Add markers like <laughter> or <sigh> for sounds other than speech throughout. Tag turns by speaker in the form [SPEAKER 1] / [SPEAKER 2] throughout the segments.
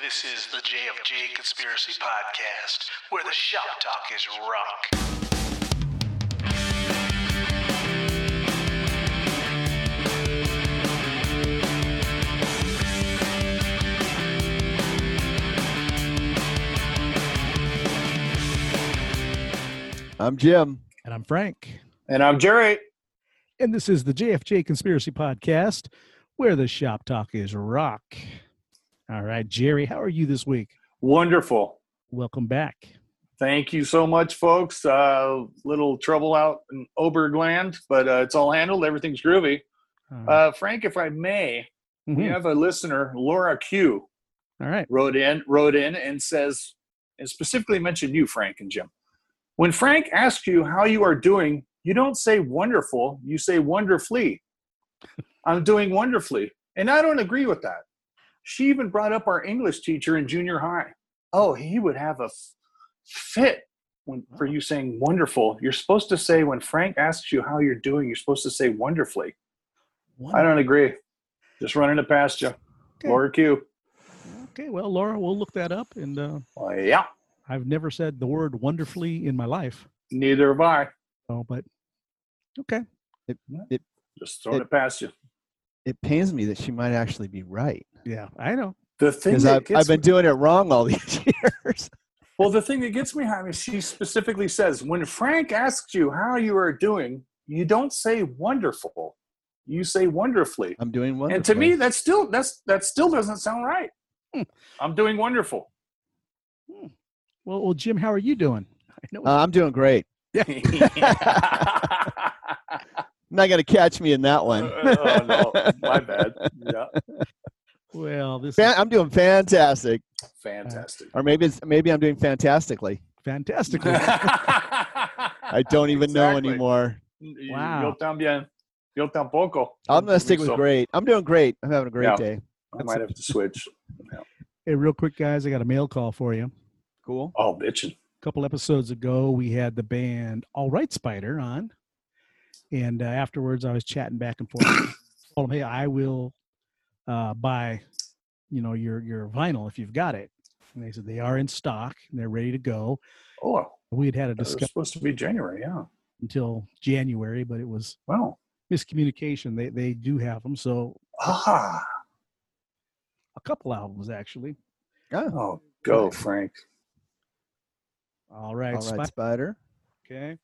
[SPEAKER 1] This is the JFJ Conspiracy Podcast, where the shop talk is rock.
[SPEAKER 2] I'm Jim.
[SPEAKER 3] And I'm Frank.
[SPEAKER 4] And I'm Jerry.
[SPEAKER 3] And this is the JFJ Conspiracy Podcast, where the shop talk is rock. All right, Jerry, how are you this week?
[SPEAKER 4] Wonderful.
[SPEAKER 3] Welcome back.
[SPEAKER 4] Thank you so much, folks. Uh, little trouble out in Obergland, but uh, it's all handled. Everything's groovy.
[SPEAKER 3] Uh,
[SPEAKER 4] Uh, Frank, if I may, we
[SPEAKER 3] mhm.
[SPEAKER 4] have a listener, Laura Q,
[SPEAKER 3] All right.
[SPEAKER 4] wrote in, wrote in, and says, and specifically mentioned you, Frank and Jim. When Frank asks you how you are doing, you don't say wonderful. You say wonderfully. I'm doing wonderfully, and I don't agree with that. She even brought up our English teacher in junior high. Oh, he would have a f- fit when, for you saying wonderful. You're supposed to say when Frank asks you how you're doing, you're supposed to say wonderfully. I don't agree. Just running it past you, Laura Q.
[SPEAKER 3] Okay, well, Laura, we'll look that up. And uh,
[SPEAKER 4] Well, yeah,
[SPEAKER 3] I've never said the word wonderfully in my life.
[SPEAKER 4] neither have I.
[SPEAKER 3] Oh, but okay.
[SPEAKER 4] Just throwing it, past you.
[SPEAKER 2] It pains me that she might actually be right
[SPEAKER 3] Yeah, I know.
[SPEAKER 4] The thing
[SPEAKER 2] because
[SPEAKER 4] that
[SPEAKER 2] I've,
[SPEAKER 4] gets
[SPEAKER 2] I've been
[SPEAKER 4] me,
[SPEAKER 2] doing it wrong all <laughs> these years.
[SPEAKER 4] well, the thing that gets me, Jaime, she specifically says when Frank asks you how you are doing, you don't say wonderful, you say wonderfully.
[SPEAKER 2] I'm doing one.
[SPEAKER 4] And to me, that's still that's that still doesn't sound right.
[SPEAKER 3] Hmm.
[SPEAKER 4] I'm
[SPEAKER 2] <laughs>
[SPEAKER 4] doing wonderful. <laughs>
[SPEAKER 3] Well, well, Jim, how are you doing? <laughs> I know.
[SPEAKER 2] uh, I'm doing great. Not gonna catch me in that one. <laughs>
[SPEAKER 4] oh no, my bad. Yeah,
[SPEAKER 3] well, this
[SPEAKER 2] Fan-
[SPEAKER 3] is
[SPEAKER 2] I'm doing fantastic,
[SPEAKER 4] fantastic.
[SPEAKER 2] or maybe it's, maybe I'm doing fantastically.
[SPEAKER 3] fantastic.
[SPEAKER 4] <laughs>
[SPEAKER 2] I
[SPEAKER 4] I
[SPEAKER 2] don't even know anymore.
[SPEAKER 3] Wow.
[SPEAKER 4] Yo también. Yo tampoco.
[SPEAKER 2] I'm gonna stick with
[SPEAKER 4] So,
[SPEAKER 2] great. I'm doing great. I'm having a great
[SPEAKER 4] Yeah.
[SPEAKER 2] day.
[SPEAKER 4] I might have to switch.
[SPEAKER 3] hey, real quick, guys, I got a mail call for you.
[SPEAKER 2] Cool.
[SPEAKER 4] Oh, bitching.
[SPEAKER 3] couple episodes ago, we had the band All Right Spider on, and uh, afterwards, I was chatting back and forth. <coughs> I told him, "Hey, I will uh, buy, you know, your your vinyl if you've got it." And they said they are in stock and they're ready to go.
[SPEAKER 4] Oh,
[SPEAKER 3] We had had a
[SPEAKER 4] It's
[SPEAKER 3] discussion
[SPEAKER 4] supposed to be January, yeah.
[SPEAKER 3] until January, but it was
[SPEAKER 4] Wow.
[SPEAKER 3] miscommunication. They they do have them, so
[SPEAKER 4] Ah.
[SPEAKER 3] a couple albums actually.
[SPEAKER 2] Oh,
[SPEAKER 4] Oh, go, Frank.
[SPEAKER 3] All right,
[SPEAKER 2] all
[SPEAKER 3] Spider.
[SPEAKER 2] right, spider.
[SPEAKER 3] Okay,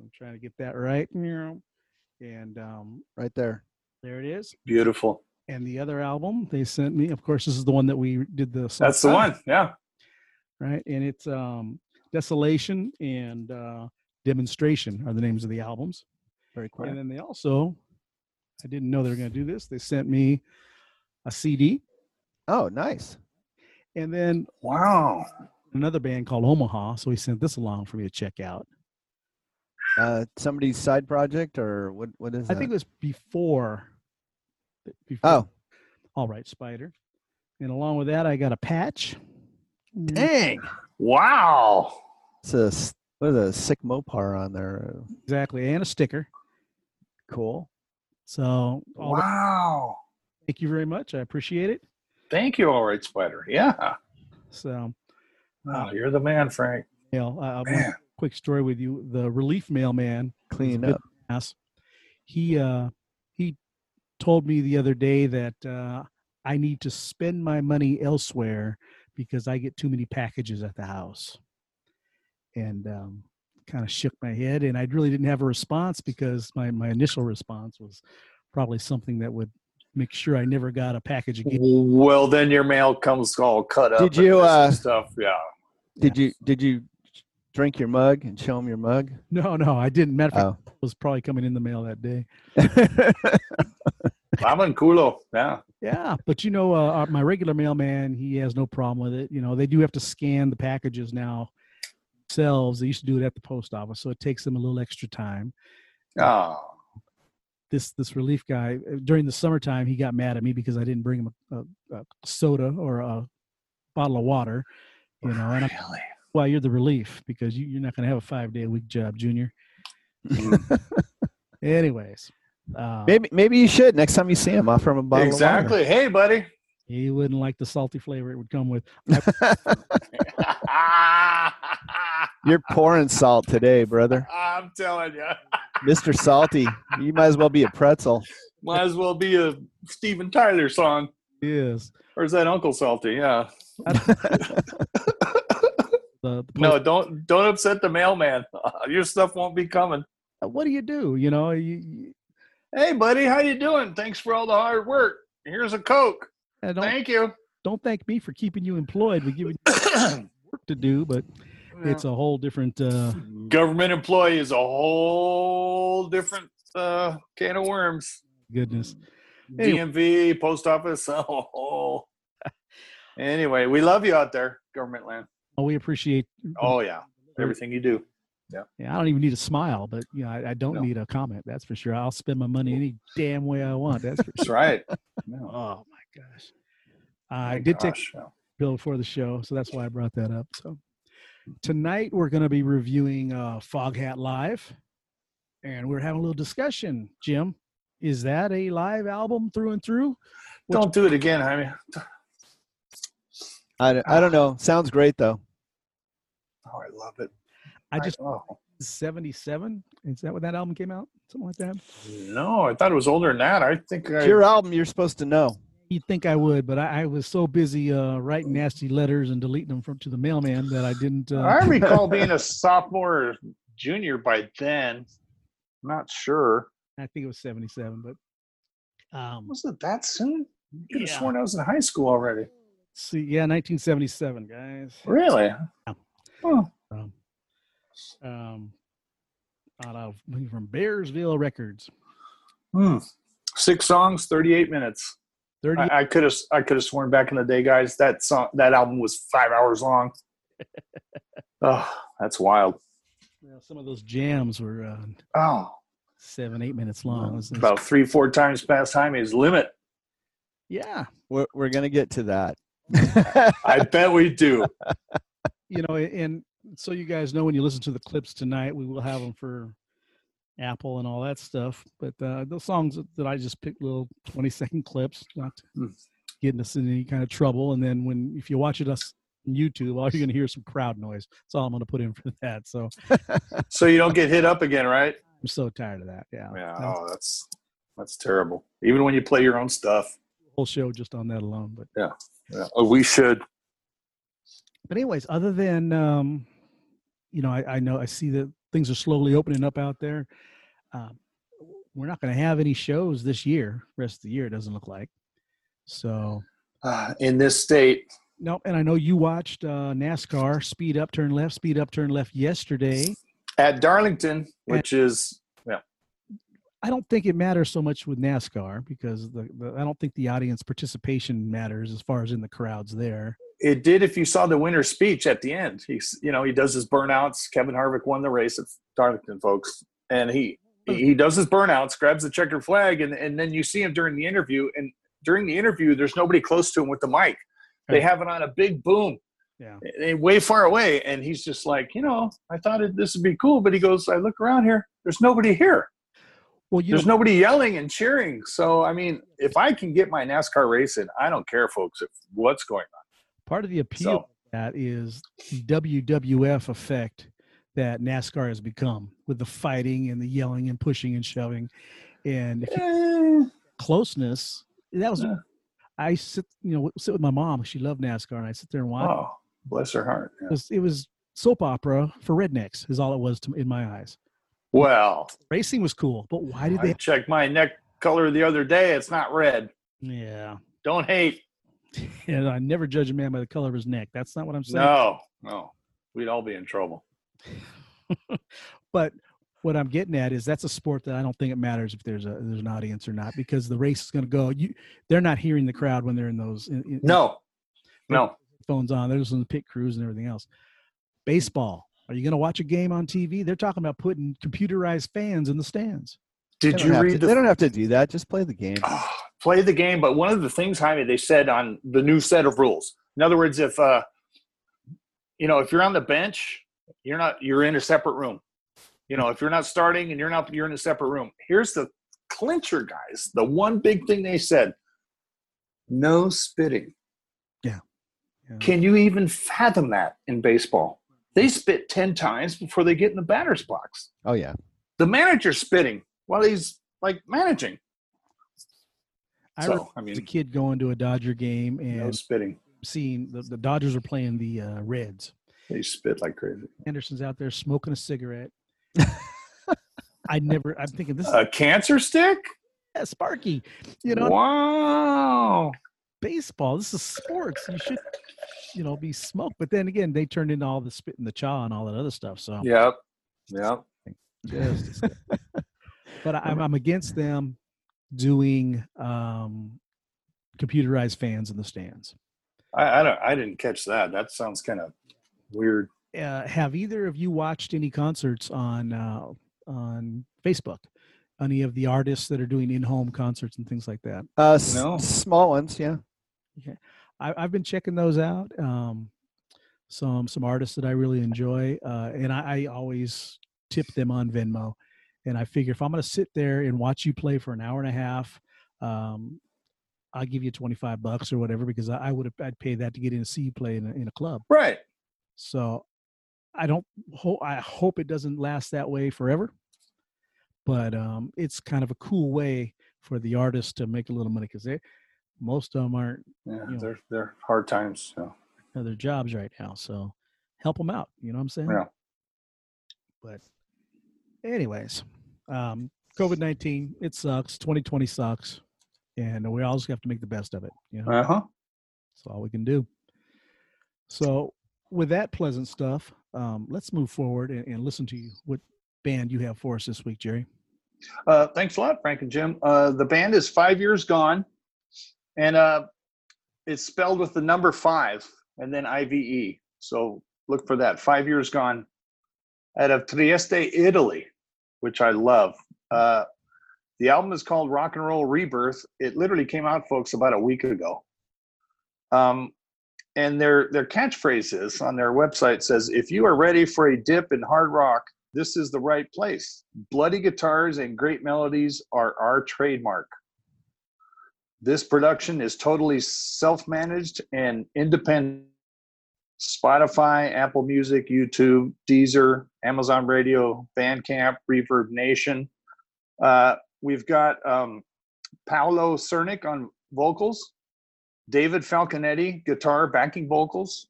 [SPEAKER 3] I'm trying to get that right. And um,
[SPEAKER 2] Right there.
[SPEAKER 3] there it is.
[SPEAKER 4] Beautiful.
[SPEAKER 3] and the other album they sent me of course this is the one that we did the song
[SPEAKER 4] That's the
[SPEAKER 3] on,
[SPEAKER 4] one. Yeah.
[SPEAKER 3] right and it's um desolation and uh demonstration are the names of the albums
[SPEAKER 2] Very cool.
[SPEAKER 3] and then they also i didn't know they were going to do this they sent me a cd
[SPEAKER 2] Oh, nice.
[SPEAKER 3] and then
[SPEAKER 4] Wow.
[SPEAKER 3] another band called omaha so he sent this along for me to check out
[SPEAKER 2] Uh, somebody's side project or what? What is
[SPEAKER 3] i
[SPEAKER 2] that?
[SPEAKER 3] think it was before, before
[SPEAKER 2] oh,
[SPEAKER 3] all right spider and along with that i got a patch
[SPEAKER 4] Dang. Wow.
[SPEAKER 2] it's a s- what is a sick mopar on there?
[SPEAKER 3] exactly and a sticker
[SPEAKER 2] Cool.
[SPEAKER 3] so all that-
[SPEAKER 4] Wow.
[SPEAKER 3] thank you very much i appreciate it
[SPEAKER 4] Thank you, all right, Spider. Yeah.
[SPEAKER 3] So,
[SPEAKER 4] Wow, you're the man, Frank.
[SPEAKER 3] you know, uh, one
[SPEAKER 4] Man.
[SPEAKER 3] quick story with you. The relief mailman,
[SPEAKER 2] Clean
[SPEAKER 3] bit-
[SPEAKER 2] up.
[SPEAKER 3] ass, he uh, he told me the other day that uh, I need to spend my money elsewhere because I get too many packages at the house, and um, kind of shook my head. And I really didn't have a response because my my initial response was probably something that would make sure I never got a package again. <laughs>
[SPEAKER 4] Well, then your mail comes all cut up.
[SPEAKER 2] Did
[SPEAKER 4] and
[SPEAKER 2] you,
[SPEAKER 4] this
[SPEAKER 2] uh,
[SPEAKER 4] and stuff? Yeah.
[SPEAKER 2] Did you did you drink your mug and show him your mug?
[SPEAKER 3] No, no, I didn't. Matter of fact,
[SPEAKER 2] Oh,
[SPEAKER 3] it was probably coming in the mail that day.
[SPEAKER 4] Ramen culo. Yeah.
[SPEAKER 3] Yeah, but you know, uh, our- my regular mailman, he has no problem with it. You know, they do have to scan the packages now themselves. They used to do it at the post office, so it takes them a little extra time.
[SPEAKER 4] Oh.
[SPEAKER 3] This this relief guy uh, during the summertime, he got mad at me because I didn't bring him a, a, a soda or a bottle of water. You know, and I'm,
[SPEAKER 4] Really?
[SPEAKER 3] well, you're the relief because you, you're not going to have a five day a week job, Junior. Anyways, uh,
[SPEAKER 4] Mm.
[SPEAKER 2] maybe maybe you should next time you see him offer him a bottle.
[SPEAKER 4] <laughs> Exactly. Hey, buddy.
[SPEAKER 3] He wouldn't like the salty flavor it would come with.
[SPEAKER 2] You're pouring salt today, brother.
[SPEAKER 4] I'm telling you,
[SPEAKER 2] Mr. Salty. You might as well be a pretzel.
[SPEAKER 4] might as well be a Steven Tyler song,
[SPEAKER 3] Yes.
[SPEAKER 4] or is that Uncle Salty? Yeah.
[SPEAKER 3] The, the
[SPEAKER 4] No, don't don't upset the mailman. <laughs> Your stuff won't be coming.
[SPEAKER 3] post- "Uh, what do you do? You know, you, you
[SPEAKER 4] Hey, buddy, how you doing? Thanks for all the hard work. Here's a Coke.
[SPEAKER 3] I don't <coughs>
[SPEAKER 4] Thank you.
[SPEAKER 3] don't thank me for keeping you employed. We give you work to do, but it's a whole different. Uh,
[SPEAKER 4] government employee is a whole different uh, can of worms.
[SPEAKER 3] goodness, Anyway.
[SPEAKER 4] DMV, post office. <laughs>
[SPEAKER 3] <laughs>
[SPEAKER 4] Oh. Anyway, we love you out there, government land.
[SPEAKER 3] oh, we appreciate.
[SPEAKER 4] Oh yeah, everything you do.
[SPEAKER 3] Yeah, I don't even need a smile, but you know, I, I don't
[SPEAKER 4] No.
[SPEAKER 3] need a comment. That's for sure. I'll spend my money any damn way I want. That's for <laughs>
[SPEAKER 4] That's
[SPEAKER 3] sure.
[SPEAKER 4] right. No.
[SPEAKER 3] Oh my gosh, I did take
[SPEAKER 4] Gosh, no.
[SPEAKER 3] bill for the show, so that's why I brought that up. So tonight we're going to be reviewing uh, Fog Hat Live, and we're having a little discussion. Jim, is that a live album through and through? Which-
[SPEAKER 4] Don't do it again, Jaime.
[SPEAKER 2] I, don't- I don't know. Sounds great though.
[SPEAKER 4] Oh, I love it.
[SPEAKER 3] I just
[SPEAKER 4] oh.
[SPEAKER 3] 77. Is that when that album came out? Something like that.
[SPEAKER 4] no, I thought it was older than that. I think I,
[SPEAKER 2] It's your album. You're supposed to know.
[SPEAKER 3] You'd think I would, but I, I was so busy uh, writing nasty letters and deleting them from to the mailman that I didn't. Uh,
[SPEAKER 4] I recall being a sophomore or junior by then. Not sure.
[SPEAKER 3] I think it was 77, but um,
[SPEAKER 4] Was it that soon? You could have
[SPEAKER 3] Yeah.
[SPEAKER 4] sworn I was in high school already.
[SPEAKER 3] see, yeah, 1977, guys.
[SPEAKER 4] Really? Oh,
[SPEAKER 3] Um, um, out of from Bearsville Records.
[SPEAKER 4] hmm. Six songs, thirty-eight minutes.
[SPEAKER 3] 30.
[SPEAKER 4] I, I could have I could have sworn back in the day, guys, that song that album was five hours long. oh, that's wild.
[SPEAKER 3] yeah, some of those jams were uh,
[SPEAKER 4] Oh,
[SPEAKER 3] seven, eight minutes long. It was-
[SPEAKER 4] about three, four times past Jaime's limit.
[SPEAKER 3] yeah.
[SPEAKER 2] We're, we're gonna get to <laughs> that.
[SPEAKER 4] I bet we do.
[SPEAKER 3] you know, and so you guys know when you listen to the clips tonight, we will have them for Apple and all that stuff. But uh, those songs that I just picked, little <laughs> twenty-second clips, not
[SPEAKER 4] Hmm.
[SPEAKER 3] getting us in any kind of trouble. And then when if you watch it us on YouTube, all you're gonna hear is some crowd noise. That's all I'm gonna put in for <laughs> that. So
[SPEAKER 4] So you don't get hit up again, right?
[SPEAKER 3] I'm so tired of that. Yeah,
[SPEAKER 4] Yeah.
[SPEAKER 3] That's
[SPEAKER 4] Oh, that's that's terrible. Even when you play your own stuff.
[SPEAKER 3] the whole show just on that alone. But
[SPEAKER 4] Yeah. Oh, we should.
[SPEAKER 3] but anyways, other than um, you know, I, I know I see that things are slowly opening up out there. Um, we're not going to have any shows this year. Rest of the year it doesn't look like. So
[SPEAKER 4] Uh, in this state,
[SPEAKER 3] no, and I know you watched uh, NASCAR speed up, turn left, speed up, turn left yesterday.
[SPEAKER 4] at Darlington, which is
[SPEAKER 3] I don't think it matters so much with NASCAR because the, the I don't think the audience participation matters as far as in the crowds there.
[SPEAKER 4] it did if you saw the winner's speech at the end. He's you know he does his burnouts. Kevin Harvick won the race at Darlington, folks, and he he does his burnouts, grabs the checkered flag, and and then you see him during the interview. And during the interview, there's nobody close to him with the mic. They
[SPEAKER 3] Right.
[SPEAKER 4] have it on a big boom,
[SPEAKER 3] Yeah.
[SPEAKER 4] eh, way far away, and he's just like, you know, I thought it, this would be cool, but he goes, I look around here, there's nobody here.
[SPEAKER 3] Well, you
[SPEAKER 4] There's
[SPEAKER 3] know,
[SPEAKER 4] nobody yelling and cheering. So I mean, if I can get my NASCAR race in, I don't care, folks, if what's going on.
[SPEAKER 3] part of the appeal
[SPEAKER 4] So
[SPEAKER 3] that is the WWF effect that NASCAR has become with the fighting and the yelling and pushing and shoving and if you-
[SPEAKER 4] eh,
[SPEAKER 3] closeness. That was
[SPEAKER 4] Yeah.
[SPEAKER 3] I sit you know sit with my mom. She loved NASCAR, and I sit there and watch.
[SPEAKER 4] oh, bless her heart.
[SPEAKER 3] It,
[SPEAKER 4] yeah.
[SPEAKER 3] was, it was soap opera for rednecks is all it was to, in my eyes.
[SPEAKER 4] Well,
[SPEAKER 3] Racing was cool, but why did
[SPEAKER 4] I
[SPEAKER 3] they?
[SPEAKER 4] checked my neck color the other day. It's not red.
[SPEAKER 3] Yeah,
[SPEAKER 4] Don't hate.
[SPEAKER 3] and I never judge a man by the color of his neck. That's not what I'm saying.
[SPEAKER 4] No, no, we'd all be in trouble.
[SPEAKER 3] But what I'm getting at is that's a sport that I don't think it matters if there's a there's an audience or not because the race is going to go. You they're not hearing the crowd when they're in those in, in-
[SPEAKER 4] No, no.
[SPEAKER 3] phones on. They're listening to pit crews and everything else. Baseball. Are you going to watch a game on TV? They're talking about putting computerized fans in the stands.
[SPEAKER 2] They
[SPEAKER 4] Did
[SPEAKER 2] don't
[SPEAKER 4] you
[SPEAKER 2] have
[SPEAKER 4] read
[SPEAKER 2] to-
[SPEAKER 4] the
[SPEAKER 2] they don't have to do that. Just play the game.
[SPEAKER 4] Ah, <sighs> play the game. But one of the things, Jaime, they said on the new set of rules. In other words, if uh, you know, if you're on the bench, you're not. You're in a separate room. You know, if you're not starting and you're not, you're in a separate room. Here's the clincher, guys. The one big thing they said: no spitting.
[SPEAKER 3] Yeah. Yeah.
[SPEAKER 4] Can you even fathom that in baseball? They spit 10 times before they get in the batter's box.
[SPEAKER 2] Oh yeah.
[SPEAKER 4] The manager's spitting while he's like managing.
[SPEAKER 3] I
[SPEAKER 4] so,
[SPEAKER 3] remember
[SPEAKER 4] I mean,
[SPEAKER 3] as a kid going to a Dodger game and
[SPEAKER 4] no spitting.
[SPEAKER 3] seeing the, the Dodgers were playing the uh, Reds.
[SPEAKER 4] They spit like crazy.
[SPEAKER 3] Anderson's out there smoking a
[SPEAKER 4] <laughs>
[SPEAKER 3] cigarette. I never. I'm thinking this is
[SPEAKER 4] A cancer stick?
[SPEAKER 3] yeah, Sparky. You know,
[SPEAKER 4] wow.
[SPEAKER 3] baseball. This is sports. You should, you know, be smoked. But then again, they turned into all the spit and the chaw and all that other stuff. So,
[SPEAKER 4] Yep. Yep.
[SPEAKER 3] <laughs> but I, I'm, I'm against them doing um, computerized fans in the stands.
[SPEAKER 4] I, I don't I didn't catch that. That sounds kind of weird.
[SPEAKER 3] Uh, have either of you watched any concerts on uh, on Facebook? Any of the artists that are doing in-home concerts and things like that?
[SPEAKER 2] Uh, s-
[SPEAKER 4] No.
[SPEAKER 2] small ones. Yeah.
[SPEAKER 3] I, I've been checking those out. Um, some some artists that I really enjoy, uh, and I, I always tip them on Venmo. And I figure if I'm going to sit there and watch you play for an hour and a half, um, I'll give you 25 bucks or whatever because I, I would have I'd pay that to get in and see you play in a, in a club.
[SPEAKER 4] Right.
[SPEAKER 3] So I don't ho- I hope it doesn't last that way forever. But um, it's kind of a cool way for the artists to make a little money because they most of them aren't
[SPEAKER 4] Yeah,
[SPEAKER 3] Yeah.
[SPEAKER 4] they're they're hard times. So.
[SPEAKER 3] of their jobs right now. So help them out. You know what I'm saying?
[SPEAKER 4] Yeah.
[SPEAKER 3] But, anyways, um, COVID 19, it sucks. 2020 sucks. And we all just have to make the best of it. You know,
[SPEAKER 4] Uh huh.
[SPEAKER 3] that's all we can do. So, with that pleasant stuff, um, let's move forward and, and listen to you, what band you have for us this week, Jerry.
[SPEAKER 4] Uh, thanks a lot, Frank and Jim. Uh, the band is Five Years Gone, and uh, it's spelled with the number five and then IVE. So look for that. Five Years Gone out of Trieste, Italy, which I love. Uh, the album is called Rock and Roll Rebirth. It literally came out, folks, about a week ago. Um, and their their catchphrase is on their website says, "If you are ready for a dip in hard rock, this is the right place. Bloody guitars and great melodies are our trademark. This production is totally self managed and independent. Spotify, Apple Music, YouTube, Deezer, Amazon Radio, Bandcamp, Reverb Nation. Uh, we've got um, Paolo Cernic on vocals, David Falconetti, guitar, backing vocals,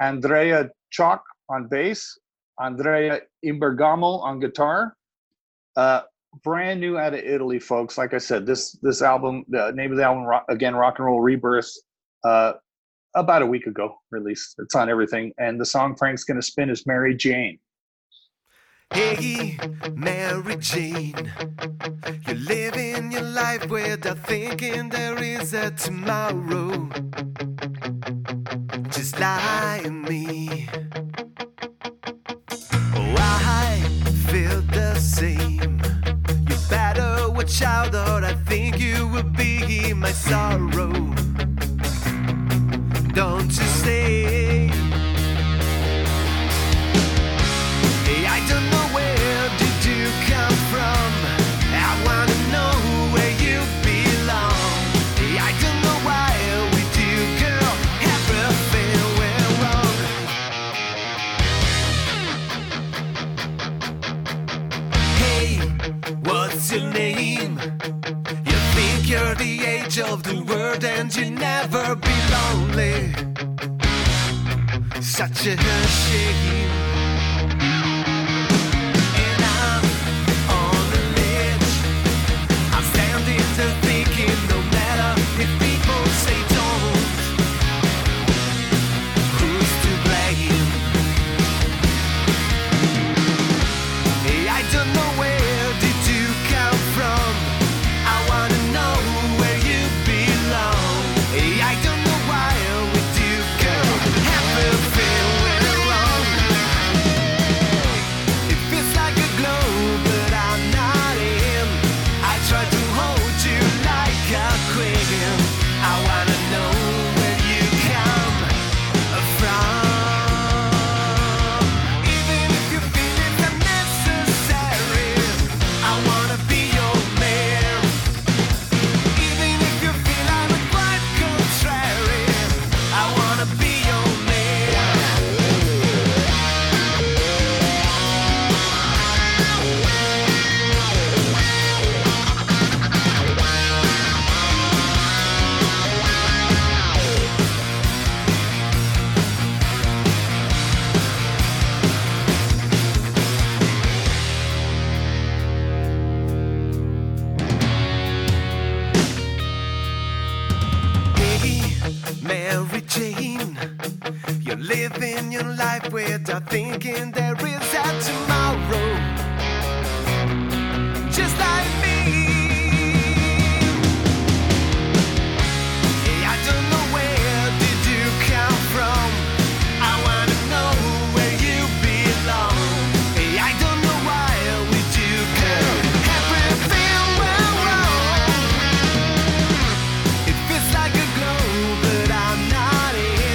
[SPEAKER 4] Andrea Chalk on bass, Andrea Imbergamo on guitar. Uh, brand new out of Italy, folks. Like I said, this this album, the name of the album, Ro- again, Rock and Roll Rebirth, uh, about a week ago released. It's on everything. And the song Frank's going to spin is Mary Jane.
[SPEAKER 5] Hey, Mary Jane, you're living your life without thinking there is a tomorrow. Just like me. Oh, I feel the same. You better watch out, or I think you will be my sorrow. Don't you say? Hey, I don't know where did you come from. I wanna know where you belong. Hey, I don't know why with you, girl, everything went wrong. Hey, what's your name? You think you're the age of the world and you never be lonely. Such a shame. And I'm on the ledge. I'm standing there thinking, no matter if people say don't, who's to blame? Hey, I don't know where did you come from. I wanna know where you belong. Hey, I don't know why with you, girl, everything went wrong. You're living your life without thinking there is a tomorrow. Just like me. Hey, I don't know where did you come from. I wanna know where you belong. Hey, I don't know why we do go. Everything went wrong. It feels like a glow, but I'm not in.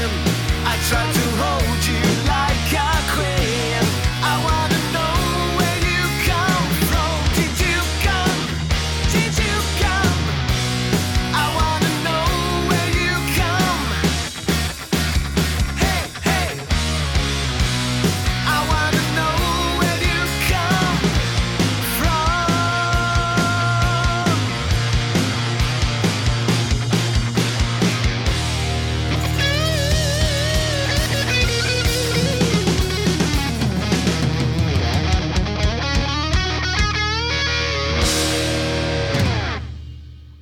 [SPEAKER 5] I try to hold you like a queen. I wanna know where you come from. Did you come? Did you come? I wanna know where you come. Hey, hey. I wanna know where you come from.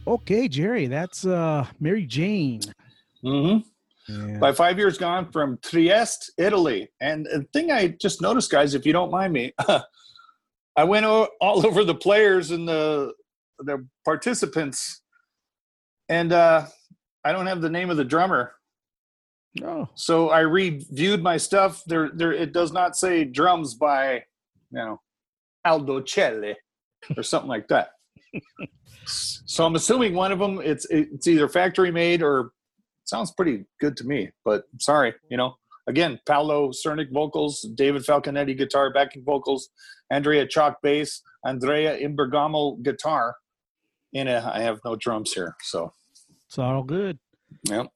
[SPEAKER 3] Okay, Jerry, that's uh Mary Jane.
[SPEAKER 4] Mm-hmm.
[SPEAKER 3] Yeah.
[SPEAKER 4] By five years gone from Trieste, Italy. And the thing I just noticed, guys, if you don't mind me, <laughs> I went o- all over the players and the the participants, and uh, I don't have the name of the drummer.
[SPEAKER 3] Oh,
[SPEAKER 4] So I reviewed my stuff. There, there. It does not say drums by, you know, Aldo Celli or something like that. so I'm assuming one of them. It's it's either factory made or sounds pretty good to me. But sorry, you know. Again, Paolo Cernick vocals, David Falconetti guitar, backing vocals, Andrea Chalk bass, Andrea Imbergamo guitar. And uh, I have no drums here, so
[SPEAKER 3] it's all good.
[SPEAKER 4] yep.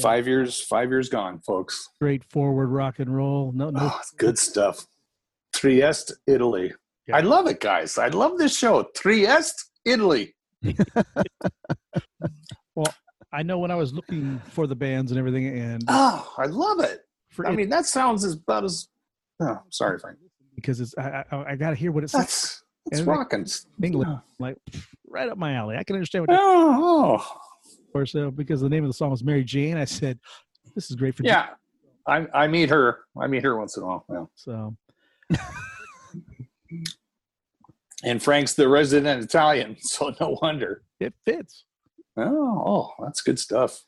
[SPEAKER 4] Five years, five years gone, folks.
[SPEAKER 3] Straightforward rock and roll. No, no.
[SPEAKER 4] Oh, it's good stuff. Trieste, Italy. I love it, guys. I love this show. Trieste, Italy.
[SPEAKER 3] I know when I was looking for the bands and everything, and
[SPEAKER 4] Oh, I love it.
[SPEAKER 3] for
[SPEAKER 4] I
[SPEAKER 3] it-
[SPEAKER 4] mean, that sounds as about as. Oh, sorry, Frank.
[SPEAKER 3] because it's I, I, I got to hear what it's like
[SPEAKER 4] That's that's
[SPEAKER 3] Everything-
[SPEAKER 4] rocking.
[SPEAKER 3] in England, like right up my alley. I can understand what
[SPEAKER 4] Oh, oh.
[SPEAKER 3] for so because the name of the song was Mary Jane. I said, "This is great for Jane."
[SPEAKER 4] yeah. I I meet her. I meet her once in a while. Yeah.
[SPEAKER 3] So
[SPEAKER 4] And Frank's the resident Italian, <laughs> so no wonder.
[SPEAKER 3] it fits.
[SPEAKER 4] Oh, oh, that's good stuff.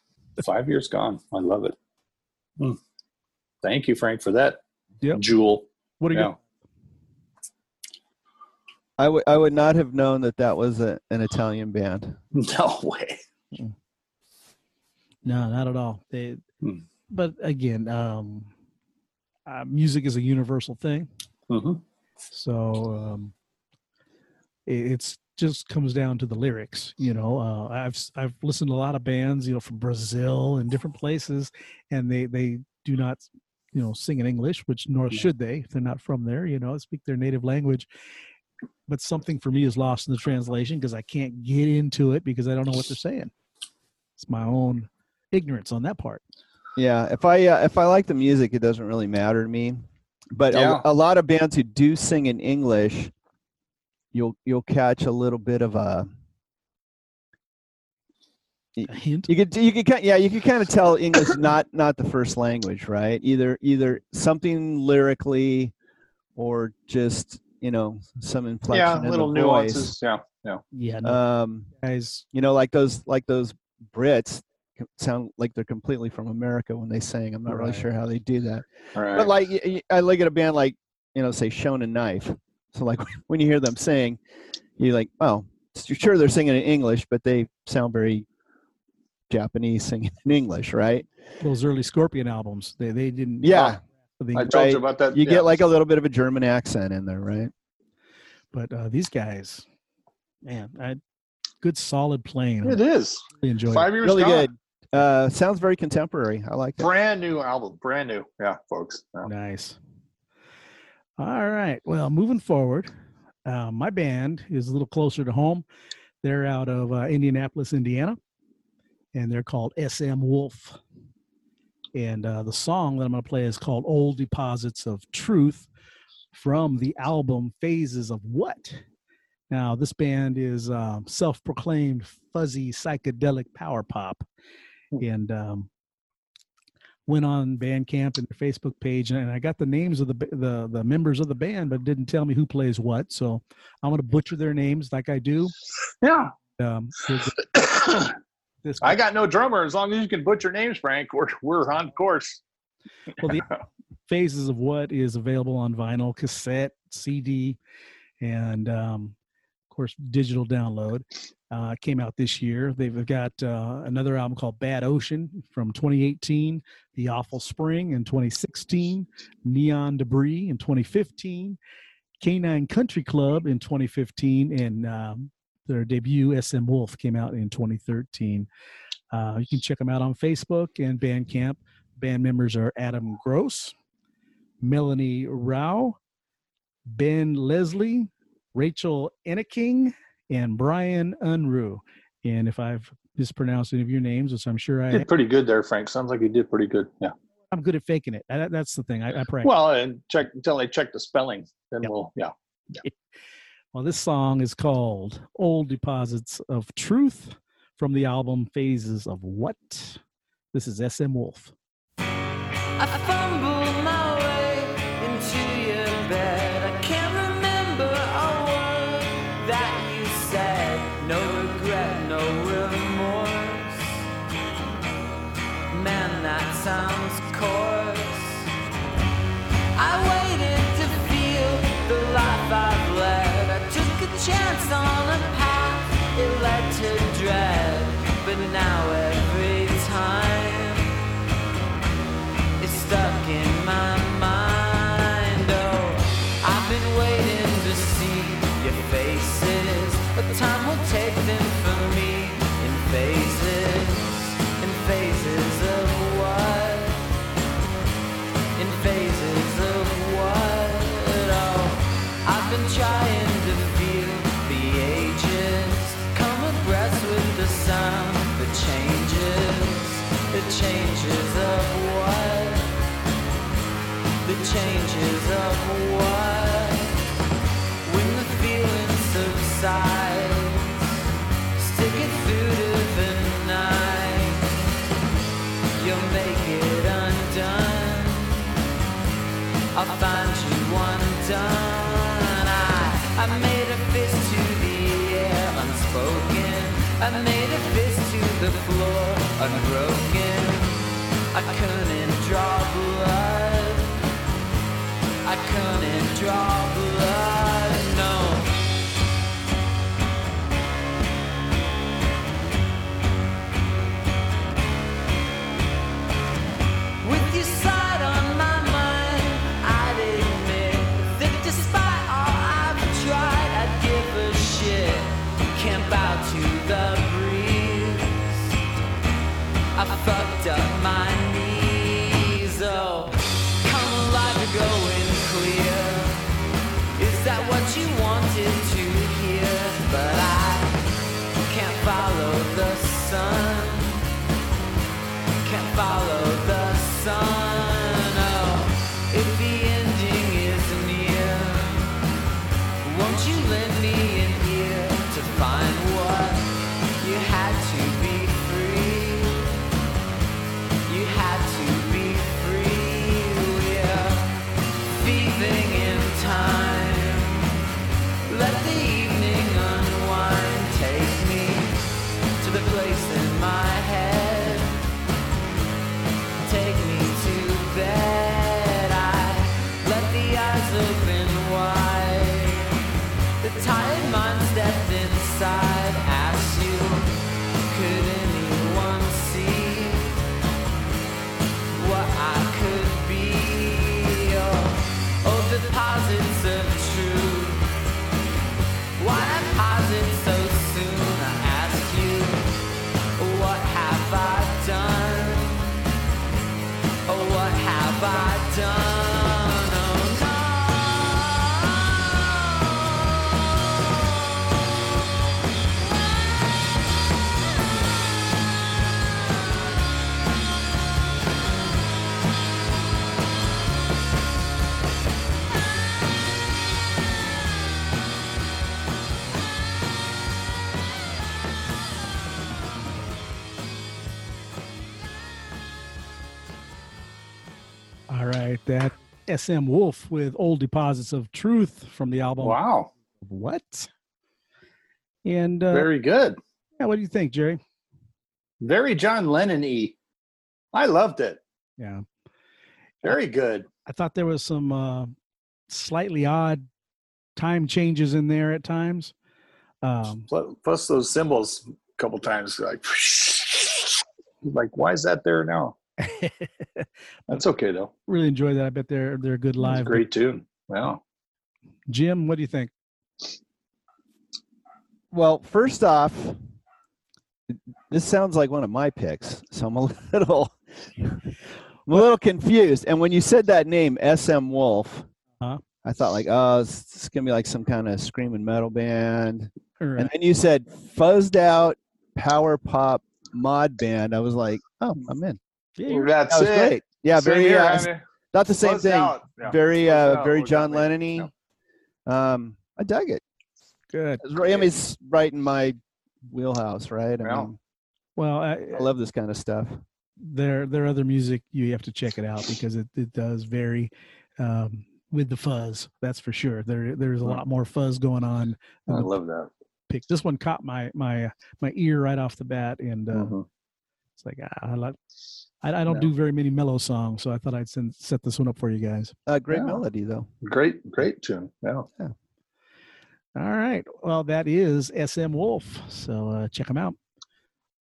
[SPEAKER 4] Five years gone. I love it. Hmm. Thank you, Frank, for that.
[SPEAKER 3] Yep.
[SPEAKER 4] Jewel.
[SPEAKER 3] What are you?
[SPEAKER 4] Yeah.
[SPEAKER 2] I would I would not have known that that was a, an Italian band.
[SPEAKER 4] <laughs> No way.
[SPEAKER 3] No, not at all. They,
[SPEAKER 4] Hmm.
[SPEAKER 3] But again, um, uh, music is a universal thing.
[SPEAKER 4] hmm
[SPEAKER 3] So um, it, it's just comes down to the lyrics. You know, uh, I've s- I've listened to a lot of bands, you know, from Brazil and different places, and they they do not, you know, sing in English, which nor should they if they're not from there. You know, speak their native language. But something for me is lost in the translation because I can't get into it because I don't know what they're saying. It's my own ignorance on that part.
[SPEAKER 2] Yeah, if I uh, if I like the music, it doesn't really matter to me. But
[SPEAKER 4] Yeah.
[SPEAKER 2] a, a lot of bands who do sing in English, you'll you'll catch a little bit of a
[SPEAKER 3] A hint.
[SPEAKER 2] you could you could ki- yeah you could kind of tell English is not not the first language, right? Either either something lyrically, or just you know some inflection in the
[SPEAKER 4] yeah, little
[SPEAKER 2] voice.
[SPEAKER 4] nuances. Yeah, yeah.
[SPEAKER 3] Yeah, no,
[SPEAKER 2] Um,
[SPEAKER 3] Uh, guys.
[SPEAKER 2] you know, like those like those Brits c- sound like they're completely from America when they sing. I'm not really
[SPEAKER 3] Right.
[SPEAKER 2] sure how they do that.
[SPEAKER 4] All right.
[SPEAKER 2] But like, y- y- I look at a band like you know, say Shown and Knife. So like, <laughs> when you hear them sing, you're like, oh, you're sure they're singing in English, but they sound very Japanese singing in English, right?
[SPEAKER 3] Those early Scorpion albums, they they didn't.
[SPEAKER 2] Yeah,
[SPEAKER 3] they-
[SPEAKER 4] I told
[SPEAKER 2] right.
[SPEAKER 4] you about that.
[SPEAKER 2] you
[SPEAKER 4] yeah.
[SPEAKER 2] get like a little bit of a German accent in there, right?
[SPEAKER 3] but uh, these guys, man, I, good solid playing. I
[SPEAKER 4] it is
[SPEAKER 3] really enjoyed it.
[SPEAKER 4] five years
[SPEAKER 2] really
[SPEAKER 4] gone.
[SPEAKER 2] good. Uh, sounds very contemporary. I like that.
[SPEAKER 4] Brand new album, brand new. Yeah, folks. Yeah.
[SPEAKER 3] Nice. All right. Well, moving forward, uh, my band is a little closer to home. They're out of uh, Indianapolis, Indiana, and they're called SM Wolf. And uh, the song that I'm going to play is called Old Deposits of Truth from the album Phases of What. Now, this band is um, self proclaimed fuzzy psychedelic power pop. And um, went on Bandcamp and their Facebook page, and I got the names of the ba- the the members of the band, but it didn't tell me who plays what. So I'm gonna butcher their names like I do.
[SPEAKER 4] Yeah.
[SPEAKER 3] Um, here's the- this
[SPEAKER 4] <coughs> I got no drummer. As long as you can butcher names, Frank, we're, we're on course.
[SPEAKER 3] well, the phases of what is available on vinyl, cassette, CD, and um, of course digital download. Uh, came out this year. They've got uh, another album called Bad Ocean from 2018, The Awful Spring in 2016, Neon Debris in 2015, Canine Country Club in 2015, and um, their debut SM Wolf came out in 2013. Uh, you can check them out on Facebook and Bandcamp. Band members are Adam Gross, Melanie Rao, Ben Leslie, Rachel Enneking, and Brian Unruh. And if I've mispronounced any of your names, which I'm sure I
[SPEAKER 4] <laughs> You did pretty good there, Frank. Sounds like you did pretty good. Yeah.
[SPEAKER 3] I'm good at faking it. That, that's the thing. I, I practice.
[SPEAKER 4] Well, and check until they check the spelling, then
[SPEAKER 3] Yep.
[SPEAKER 4] we'll yeah.
[SPEAKER 3] Well, this song is called Old Deposits of Truth from the album Phases of What? This is SM Wolf.
[SPEAKER 5] I fumble my way into your bed. I can't remember a word that you said. No regret, no remorse. Man, that sounds coarse. I waited to feel the life I've led. I took a chance on a path, it led to dread. But now every time is stuck in my mind. Oh, I've been waiting to see your faces, but time will take them from me in phases, in phases of what? In phases of what? Oh, I've been trying to feel the ages come abreast with the sound that changes, the changes of what? the changes of what when the feeling subsides stick it through to the night you'll make it undone i'll find you undone i i made a fist to the air unspoken i made a fist to the floor unbroken i couldn't draw blood I couldn't draw blood, no. With your side on my mind, I'd admit that despite all I've tried, I'd give a shit. Can't bow to the breeze. I fucked up my knees. Oh, come alive to go in clear. Is that what you wanted to hear? But I can't follow the sun can't follow the sun. Oh, if the ending is near, won't you lend me an ear to find what you had to be free? You had to be free. We're thieving in time. Oh, Oh, Oh,
[SPEAKER 3] All right, that SM Wolf with Old Deposits of Truth from the album
[SPEAKER 4] Wow.
[SPEAKER 3] What? And uh,
[SPEAKER 4] Very good.
[SPEAKER 3] yeah, what do you think, Jerry?
[SPEAKER 4] Very John Lennon y. I loved it.
[SPEAKER 3] Yeah,
[SPEAKER 4] Very good.
[SPEAKER 3] I thought there was some uh, slightly odd time changes in there at times. Um,
[SPEAKER 4] Pl- Plus those symbols a couple times. Like, <laughs> like why is that
[SPEAKER 2] <laughs>
[SPEAKER 4] there now? That's okay though.
[SPEAKER 3] really enjoy that. I bet they're they're a good
[SPEAKER 4] It's a
[SPEAKER 3] live.
[SPEAKER 4] great tune. Wow.
[SPEAKER 3] Jim, what do you think?
[SPEAKER 2] Well, first off, this sounds like one of my picks, so I'm a <laughs> little, I'm a little confused. And when you said that name, SM Wolf,
[SPEAKER 3] Uh-huh.
[SPEAKER 2] I thought like, oh, it's, it's gonna be like some kind of screaming metal band.
[SPEAKER 3] All
[SPEAKER 2] And
[SPEAKER 3] right.
[SPEAKER 2] then you said fuzzed out power pop mod band. I was like, oh, I'm in.
[SPEAKER 3] Yeah, you're-
[SPEAKER 4] That's
[SPEAKER 2] That was great. Yeah,
[SPEAKER 4] Same
[SPEAKER 2] very
[SPEAKER 4] here,
[SPEAKER 2] uh,
[SPEAKER 4] Jaime.
[SPEAKER 2] not the same
[SPEAKER 4] Buzzed
[SPEAKER 2] thing.
[SPEAKER 4] out. Yeah.
[SPEAKER 2] Very
[SPEAKER 4] Buzzed
[SPEAKER 2] uh,
[SPEAKER 4] out
[SPEAKER 2] very
[SPEAKER 4] was
[SPEAKER 2] John
[SPEAKER 4] that
[SPEAKER 2] Lennon. Um, I dug it.
[SPEAKER 3] good.
[SPEAKER 2] It's right- I mean, it's right in my wheelhouse, right? I
[SPEAKER 4] Yeah.
[SPEAKER 2] mean,
[SPEAKER 3] Well, I,
[SPEAKER 2] I love this kind of stuff.
[SPEAKER 3] their their other music you have to check it out because it, it does vary um, with the fuzz. That's for sure. There there's a lot more fuzz going on.
[SPEAKER 4] Yeah.
[SPEAKER 2] Uh,
[SPEAKER 3] than
[SPEAKER 4] I
[SPEAKER 3] the
[SPEAKER 4] love that.
[SPEAKER 3] pick. This one caught my my uh, my ear right off the bat, and uh,
[SPEAKER 4] Mhm.
[SPEAKER 3] it's like ah, I like. I, I don't
[SPEAKER 4] No.
[SPEAKER 3] do very many mellow songs, so I thought I'd send, set this one up for you guys.
[SPEAKER 2] Uh, great
[SPEAKER 4] Yeah.
[SPEAKER 2] melody though.
[SPEAKER 4] Great, great tune. Yeah.
[SPEAKER 3] All right. Well, that is SM Wolf. So uh, check them out.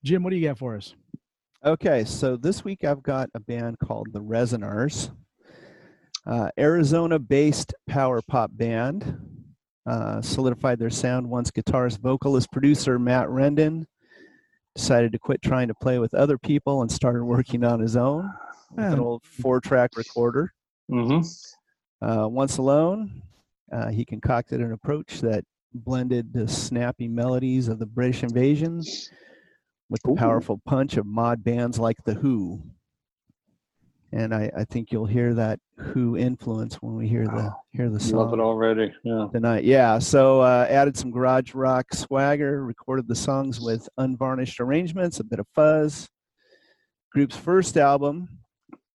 [SPEAKER 3] Jim, what do you got for us?
[SPEAKER 2] Okay, so this week I've got a band called the Resonars, uh, Arizona-based power pop band. Uh, solidified their sound once guitarist, vocalist, producer Matt Rendon decided to quit trying to play with other people and started working on his own with an
[SPEAKER 3] Oh.
[SPEAKER 2] old four-track recorder.
[SPEAKER 4] Mm-hmm.
[SPEAKER 2] Uh, once alone, uh, he concocted an approach that blended the snappy melodies of the British invasion with the
[SPEAKER 4] Ooh.
[SPEAKER 2] powerful punch of mod bands like The Who. And I, I think you'll hear that Who influence when we hear the
[SPEAKER 4] Wow.
[SPEAKER 2] hear the
[SPEAKER 4] Love it
[SPEAKER 2] song
[SPEAKER 4] already. Yeah.
[SPEAKER 2] tonight. Yeah, so uh, added some garage rock swagger, recorded the songs with unvarnished arrangements, a bit of fuzz. Group's first album,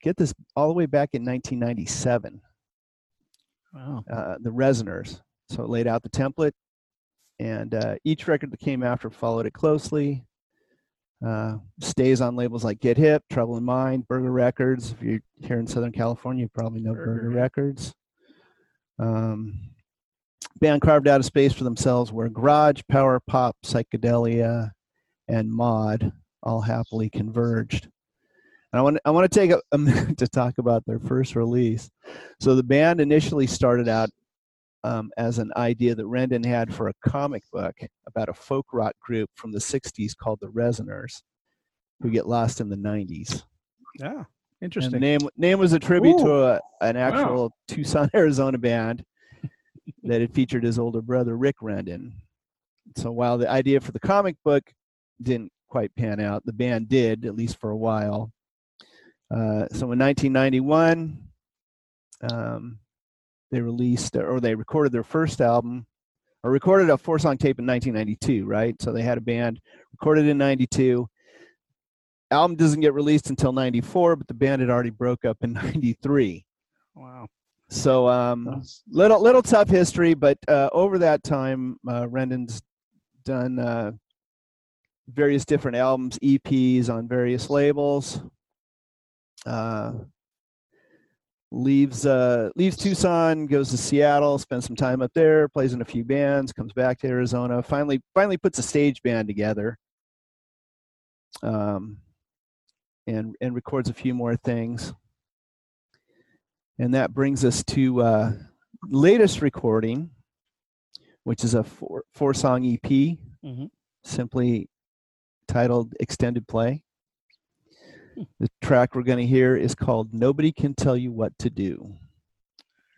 [SPEAKER 2] get this all the way back in 1997
[SPEAKER 3] Wow.
[SPEAKER 2] uh, the Resoners. So it laid out the template, and uh, each record that came after followed it closely. Uh, stays on labels like Get Hip, Trouble in Mind, Burger Records. If you're here in Southern California, you probably know
[SPEAKER 3] Burger,
[SPEAKER 2] Burger,
[SPEAKER 3] yeah.
[SPEAKER 2] Records. Um, band carved out a space for themselves where garage, power pop, psychedelia, and mod all happily converged. And I want I want to take a, a <laughs> minute to talk about their first release. So the band initially started out um, as an idea that Rendon had for a comic book about a folk rock group from the '60s called the Resoners, who get lost in the '90s.
[SPEAKER 3] Yeah.
[SPEAKER 2] And the
[SPEAKER 3] Interesting.
[SPEAKER 2] name name was a tribute to
[SPEAKER 4] Ooh.
[SPEAKER 2] a, an actual Tucson, <laughs> Arizona band that had featured his older brother Rick Rendon. So while the idea for the comic book didn't quite pan out, the band did at least for a while. Uh, so in 1991, um, they released or they recorded their first album, or recorded a four-song tape in 1992, right? So they had a band recorded in 92 album doesn't get released until 94 but the band had already broke up in <laughs> 93
[SPEAKER 3] Wow.
[SPEAKER 2] so um, little little tough history but uh, over that time uh, rendon's done uh, various different albums eps on various labels uh, leaves uh, leaves tucson goes to seattle spends some time up there plays in a few bands comes back to arizona finally finally puts a stage band together um, and and records a few more things. And that brings us to uh, latest recording, which is a four four song EP,
[SPEAKER 3] Mhm.
[SPEAKER 2] simply titled "Extended Play." The track we're going to hear is called "Nobody Can Tell You What to Do."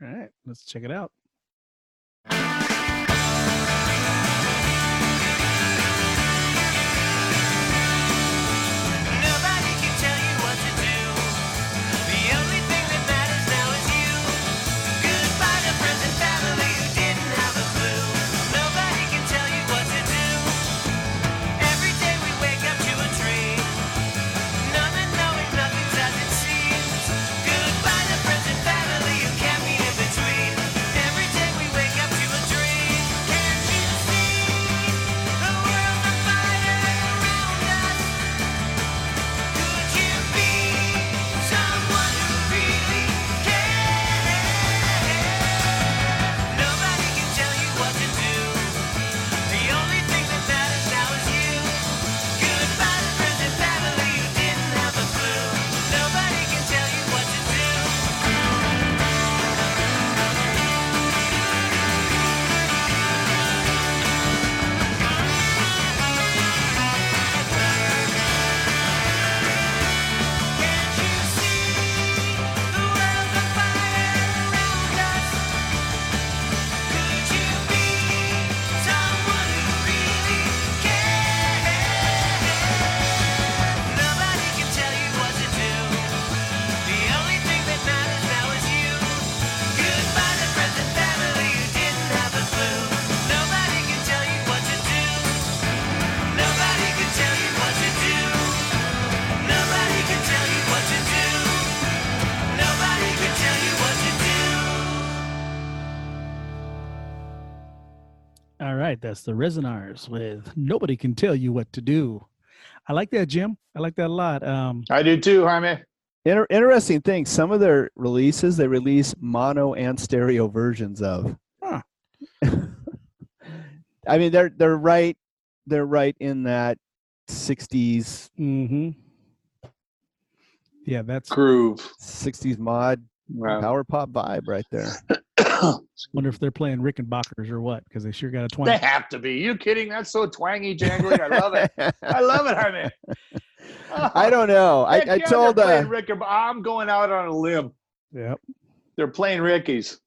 [SPEAKER 3] All right. Let's check it out.
[SPEAKER 6] Nobody can tell you what to do. The only thing that matters now is you. Goodbye to friends and family who didn't have a clue. Nobody can tell you what to do. Every day we wake up to a dream. None and knowing nothing's as it seems. Goodbye to friends
[SPEAKER 3] right, that's the Resonars with Nobody Can Tell You What to Do. I like that, Jim. I like that a lot. Um,
[SPEAKER 4] I do too, Jaime.
[SPEAKER 2] Inter- interesting thing. Some of their releases they release mono and stereo versions of.
[SPEAKER 3] Huh.
[SPEAKER 2] <laughs> I mean, they're they're right. They're right in that '60s
[SPEAKER 3] hmm Yeah, that's
[SPEAKER 4] Groove.
[SPEAKER 2] '60s mod
[SPEAKER 4] Wow.
[SPEAKER 2] power pop vibe right there.
[SPEAKER 4] <coughs>
[SPEAKER 3] wonder if they're playing Rickenbackers or what, because they sure got a
[SPEAKER 4] They <laughs>
[SPEAKER 3] twang.
[SPEAKER 4] have to be. You kidding? That's so twangy, jangly. I love it.
[SPEAKER 2] <laughs>
[SPEAKER 4] I love it, Jaime. <laughs>
[SPEAKER 2] I don't know. I,
[SPEAKER 4] Heck
[SPEAKER 2] I
[SPEAKER 4] yeah,
[SPEAKER 2] told
[SPEAKER 4] they're playing
[SPEAKER 2] uh,
[SPEAKER 4] Rick, I'm going out on a limb.
[SPEAKER 3] Yep.
[SPEAKER 4] They're playing Rickies.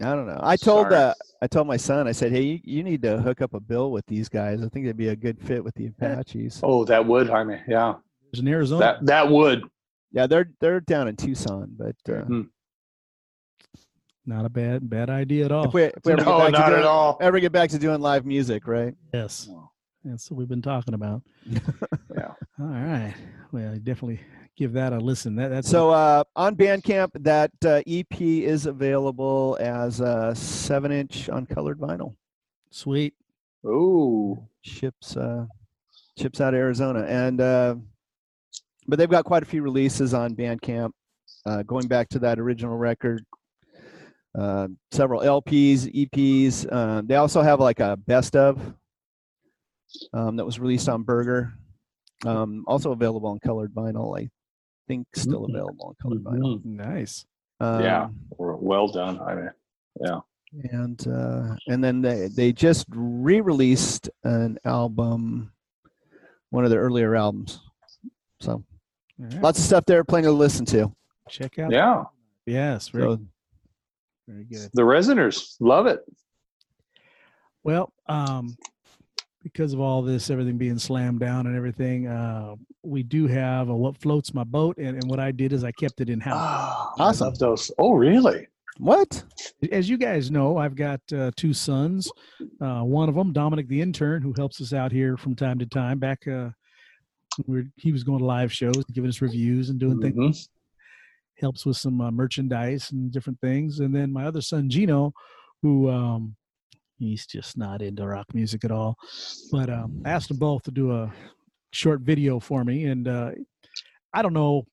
[SPEAKER 2] I don't know. I told
[SPEAKER 4] Sorry.
[SPEAKER 2] uh, I told my son. I said, "Hey, you, you need to hook up a bill with these guys. I think they'd be a good fit with the Apaches."
[SPEAKER 4] Oh, that would, Jaime. Yeah,
[SPEAKER 3] There's an
[SPEAKER 2] Oh.
[SPEAKER 3] Arizona.
[SPEAKER 4] that that would.
[SPEAKER 2] Yeah, they're they're down in Tucson, but uh,
[SPEAKER 4] Mhm.
[SPEAKER 3] Not a bad bad idea at all.
[SPEAKER 2] if we, if we ever,
[SPEAKER 4] <laughs> No,
[SPEAKER 2] get back
[SPEAKER 4] not
[SPEAKER 2] to
[SPEAKER 4] at
[SPEAKER 2] doing, <laughs>
[SPEAKER 4] all.
[SPEAKER 2] ever get back to doing live music, right?
[SPEAKER 3] Yes. That's what we've been talking about.
[SPEAKER 4] Yeah.
[SPEAKER 3] All right. Well, I definitely give that a listen. That that's
[SPEAKER 2] So uh, on Bandcamp, that uh, EP is available as a seven-inch uncolored vinyl.
[SPEAKER 3] sweet.
[SPEAKER 4] Ooh,
[SPEAKER 2] Ships uh, ships out of Arizona, and uh, but they've got quite a few releases on Bandcamp. Uh, going back to that original record, uh, several LPs, EPs. Uh, they also have like a best of um, that was released on Burger. Um, also available on colored vinyl. I think still
[SPEAKER 4] Mhm.
[SPEAKER 2] available on colored
[SPEAKER 3] Mm-hmm.
[SPEAKER 2] vinyl.
[SPEAKER 3] Nice.
[SPEAKER 2] Um,
[SPEAKER 4] Yeah. well done, Jaime.
[SPEAKER 2] and uh, and then they they just re-released an album, one of their earlier albums. So
[SPEAKER 3] All right.
[SPEAKER 2] lots of stuff there, plenty to listen to.
[SPEAKER 3] Check out.
[SPEAKER 4] Yeah,
[SPEAKER 3] Yes. Very,
[SPEAKER 2] So
[SPEAKER 3] very good.
[SPEAKER 4] the Resonators love it.
[SPEAKER 3] Well, um, because of all this, everything being slammed down and everything, uh, we do have a what floats my boat, and, and what I did is I kept it in house.
[SPEAKER 4] Ah,
[SPEAKER 2] Awesome.
[SPEAKER 4] I love those. Oh, really?
[SPEAKER 2] what?
[SPEAKER 3] As you guys know, I've got uh, two sons. Uh, one of them, Dominic the intern, who helps us out here from time to time. Back, uh, we were, he was going to live shows, giving us reviews and doing things.
[SPEAKER 4] Mhm.
[SPEAKER 3] helps with some uh, merchandise and different things. And then my other son Gino, who um, he's just not into rock music at all, but um, I asked them both to do a short video for me. And uh, I don't know,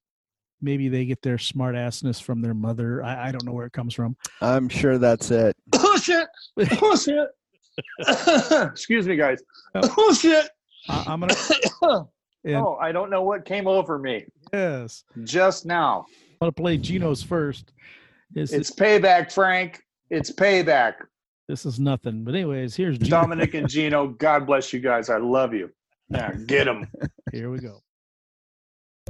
[SPEAKER 3] maybe they get their smart assness from their mother. I, I don't know where it comes from.
[SPEAKER 2] I'm sure that's it.
[SPEAKER 4] Oh shit! Oh shit! <laughs> Excuse me, guys. Oh shit!
[SPEAKER 3] I, I'm
[SPEAKER 4] <laughs>
[SPEAKER 3] gonna and
[SPEAKER 4] oh, I don't know what came over me
[SPEAKER 3] yes,
[SPEAKER 4] just now.
[SPEAKER 3] I'm gonna play Gino's first. This
[SPEAKER 4] It's
[SPEAKER 3] is,
[SPEAKER 4] payback, Frank. It's payback.
[SPEAKER 3] this is nothing. But anyways, here's Gino.
[SPEAKER 4] Dominic and Gino, God bless you guys. I love you. Yeah, get them.
[SPEAKER 3] Here we go.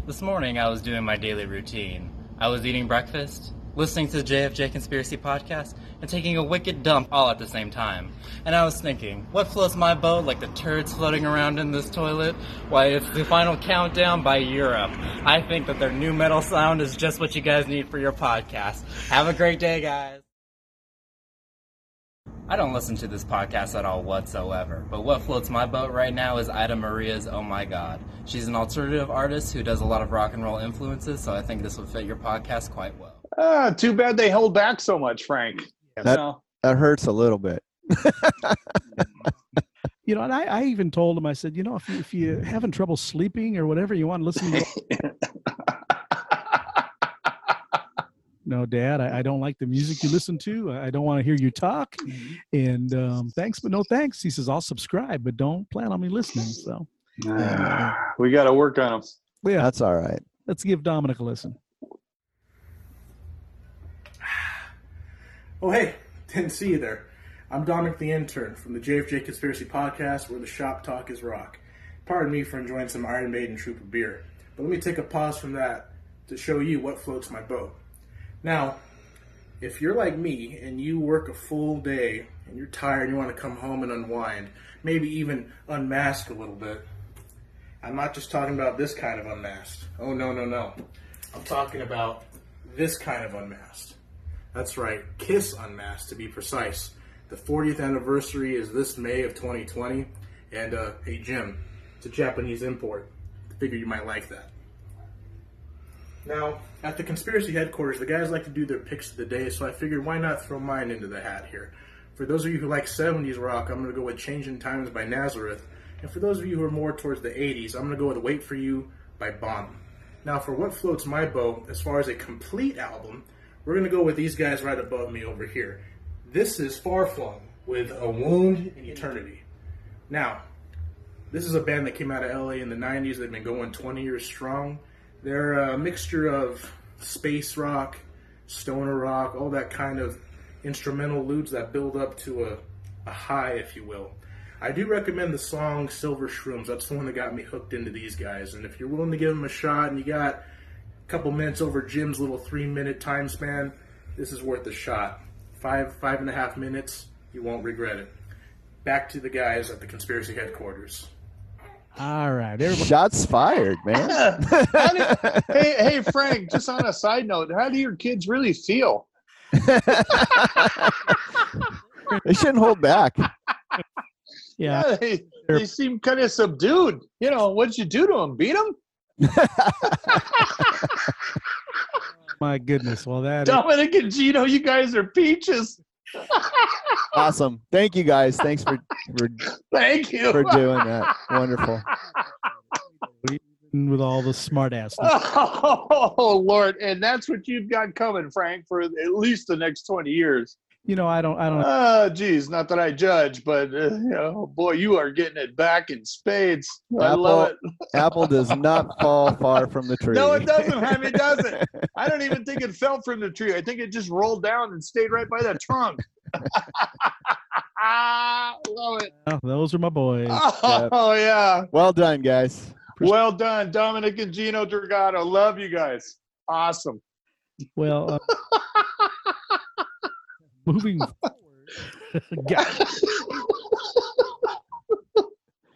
[SPEAKER 7] This morning I was doing my daily routine. I was eating breakfast, listening to the JFJ Conspiracy Podcast, and taking a wicked dump all at the same time. And I was thinking, what floats my boat like the turds floating around in this toilet? Why, it's the final countdown by Europe. I think that their new metal sound is just what you guys need for your podcast. Have a great day, guys. I don't listen to this podcast at all whatsoever, but what floats my boat right now is Ida Maria's Oh My God. She's an alternative artist who does a lot of rock and roll influences, so I think this would fit your podcast quite well.
[SPEAKER 4] Ah, too bad they held back so much, Frank.
[SPEAKER 2] That-
[SPEAKER 4] No.
[SPEAKER 2] That hurts a little bit.
[SPEAKER 3] You know, and I, I even told him, I said, you know, if you, if you having trouble sleeping or whatever, you want to listen to <laughs> no dad I, I don't like the music you listen to i I don't want to hear you talk and um, thanks but no thanks he says i'll subscribe but don't plan on me listening so
[SPEAKER 4] Ah, we got to work on them.
[SPEAKER 3] yeah
[SPEAKER 2] That's all right.
[SPEAKER 3] let's give dominic a listen
[SPEAKER 8] Oh, hey, <laughs> didn't see you there. I'm Dominic the Intern from the JFJ Conspiracy Podcast, where the shop talk is rock. Pardon me for enjoying some Iron Maiden troop of beer, but let me take a pause from that to show you what floats my boat. Now, if you're like me and you work a full day and you're tired and you want to come home and unwind, maybe even unmask a little bit, I'm not just talking about this kind of unmasked. Oh, no, no, no. I'm talking about this kind of unmasked. That's right, Kiss Unmasked to be precise. The 40th anniversary is this May of 2020, and uh, hey Jim, it's a Japanese import. Figure you might like that. Now, at the conspiracy headquarters, the guys like to do their picks of the day, so I figured why not throw mine into the hat here. For For those of you who like 70s rock, I'm going to go with Changing Times by Nazareth. And for those of you who are more towards the 80s, I'm going to go with Wait For You by Bonham. Now, for what floats my boat, as far as a complete album, we're going to go with these guys right above me over here. This is Far Flung with A Wound in Eternity. Now, this is a band that came out of LA in the 90s. They've been going 20 years strong. They're a mixture of space rock, stoner rock, all that kind of instrumental loods that build up to a, a high, if you will. I do recommend the song Silver Shrooms. That's the one that got me hooked into these guys. And if you're willing to give them a shot and you got a couple minutes over Jim's little three minute time span, this is worth a shot. Five, five and a half minutes, you won't regret it. Back to the guys at the conspiracy headquarters.
[SPEAKER 3] All right, everybody.
[SPEAKER 2] Shots fired,
[SPEAKER 4] <laughs>
[SPEAKER 2] man.
[SPEAKER 4] How do- hey, hey, Frank, just on a side note, how do your kids really feel?
[SPEAKER 2] <laughs>
[SPEAKER 4] <laughs>
[SPEAKER 2] they shouldn't hold back.
[SPEAKER 3] <laughs> Yeah,
[SPEAKER 4] they, they seem kind of subdued. You know, what'd you do to them? Beat them?
[SPEAKER 3] my goodness. Well, that <laughs> is-
[SPEAKER 4] Dominic and Gino, you guys are peaches.
[SPEAKER 2] Awesome. Thank you guys. Thanks for for,
[SPEAKER 4] Thank you. <laughs>
[SPEAKER 2] for doing that. Wonderful.
[SPEAKER 3] with all the smart ass.
[SPEAKER 4] Oh Lord, and that's what you've got coming, Frank, for at least the next twenty years.
[SPEAKER 3] You know, I don't, I don't.
[SPEAKER 4] Ah, geez, not that I judge, but uh, you know, boy, you are getting it back in spades. I love it.
[SPEAKER 2] Apple does not fall far from the tree.
[SPEAKER 4] No, it
[SPEAKER 2] <laughs>
[SPEAKER 4] doesn't. I mean, it doesn't. I don't even think it fell from the tree. I think it just rolled down and stayed right by that trunk. <laughs> love it.
[SPEAKER 3] know. Those are my boys.
[SPEAKER 4] Oh yeah.
[SPEAKER 2] Well done, guys.
[SPEAKER 4] Well done, Dominic and Gino Dragato. Love you guys. Awesome.
[SPEAKER 3] Well, uh, <laughs> moving forward,
[SPEAKER 4] <sighs>
[SPEAKER 3] God,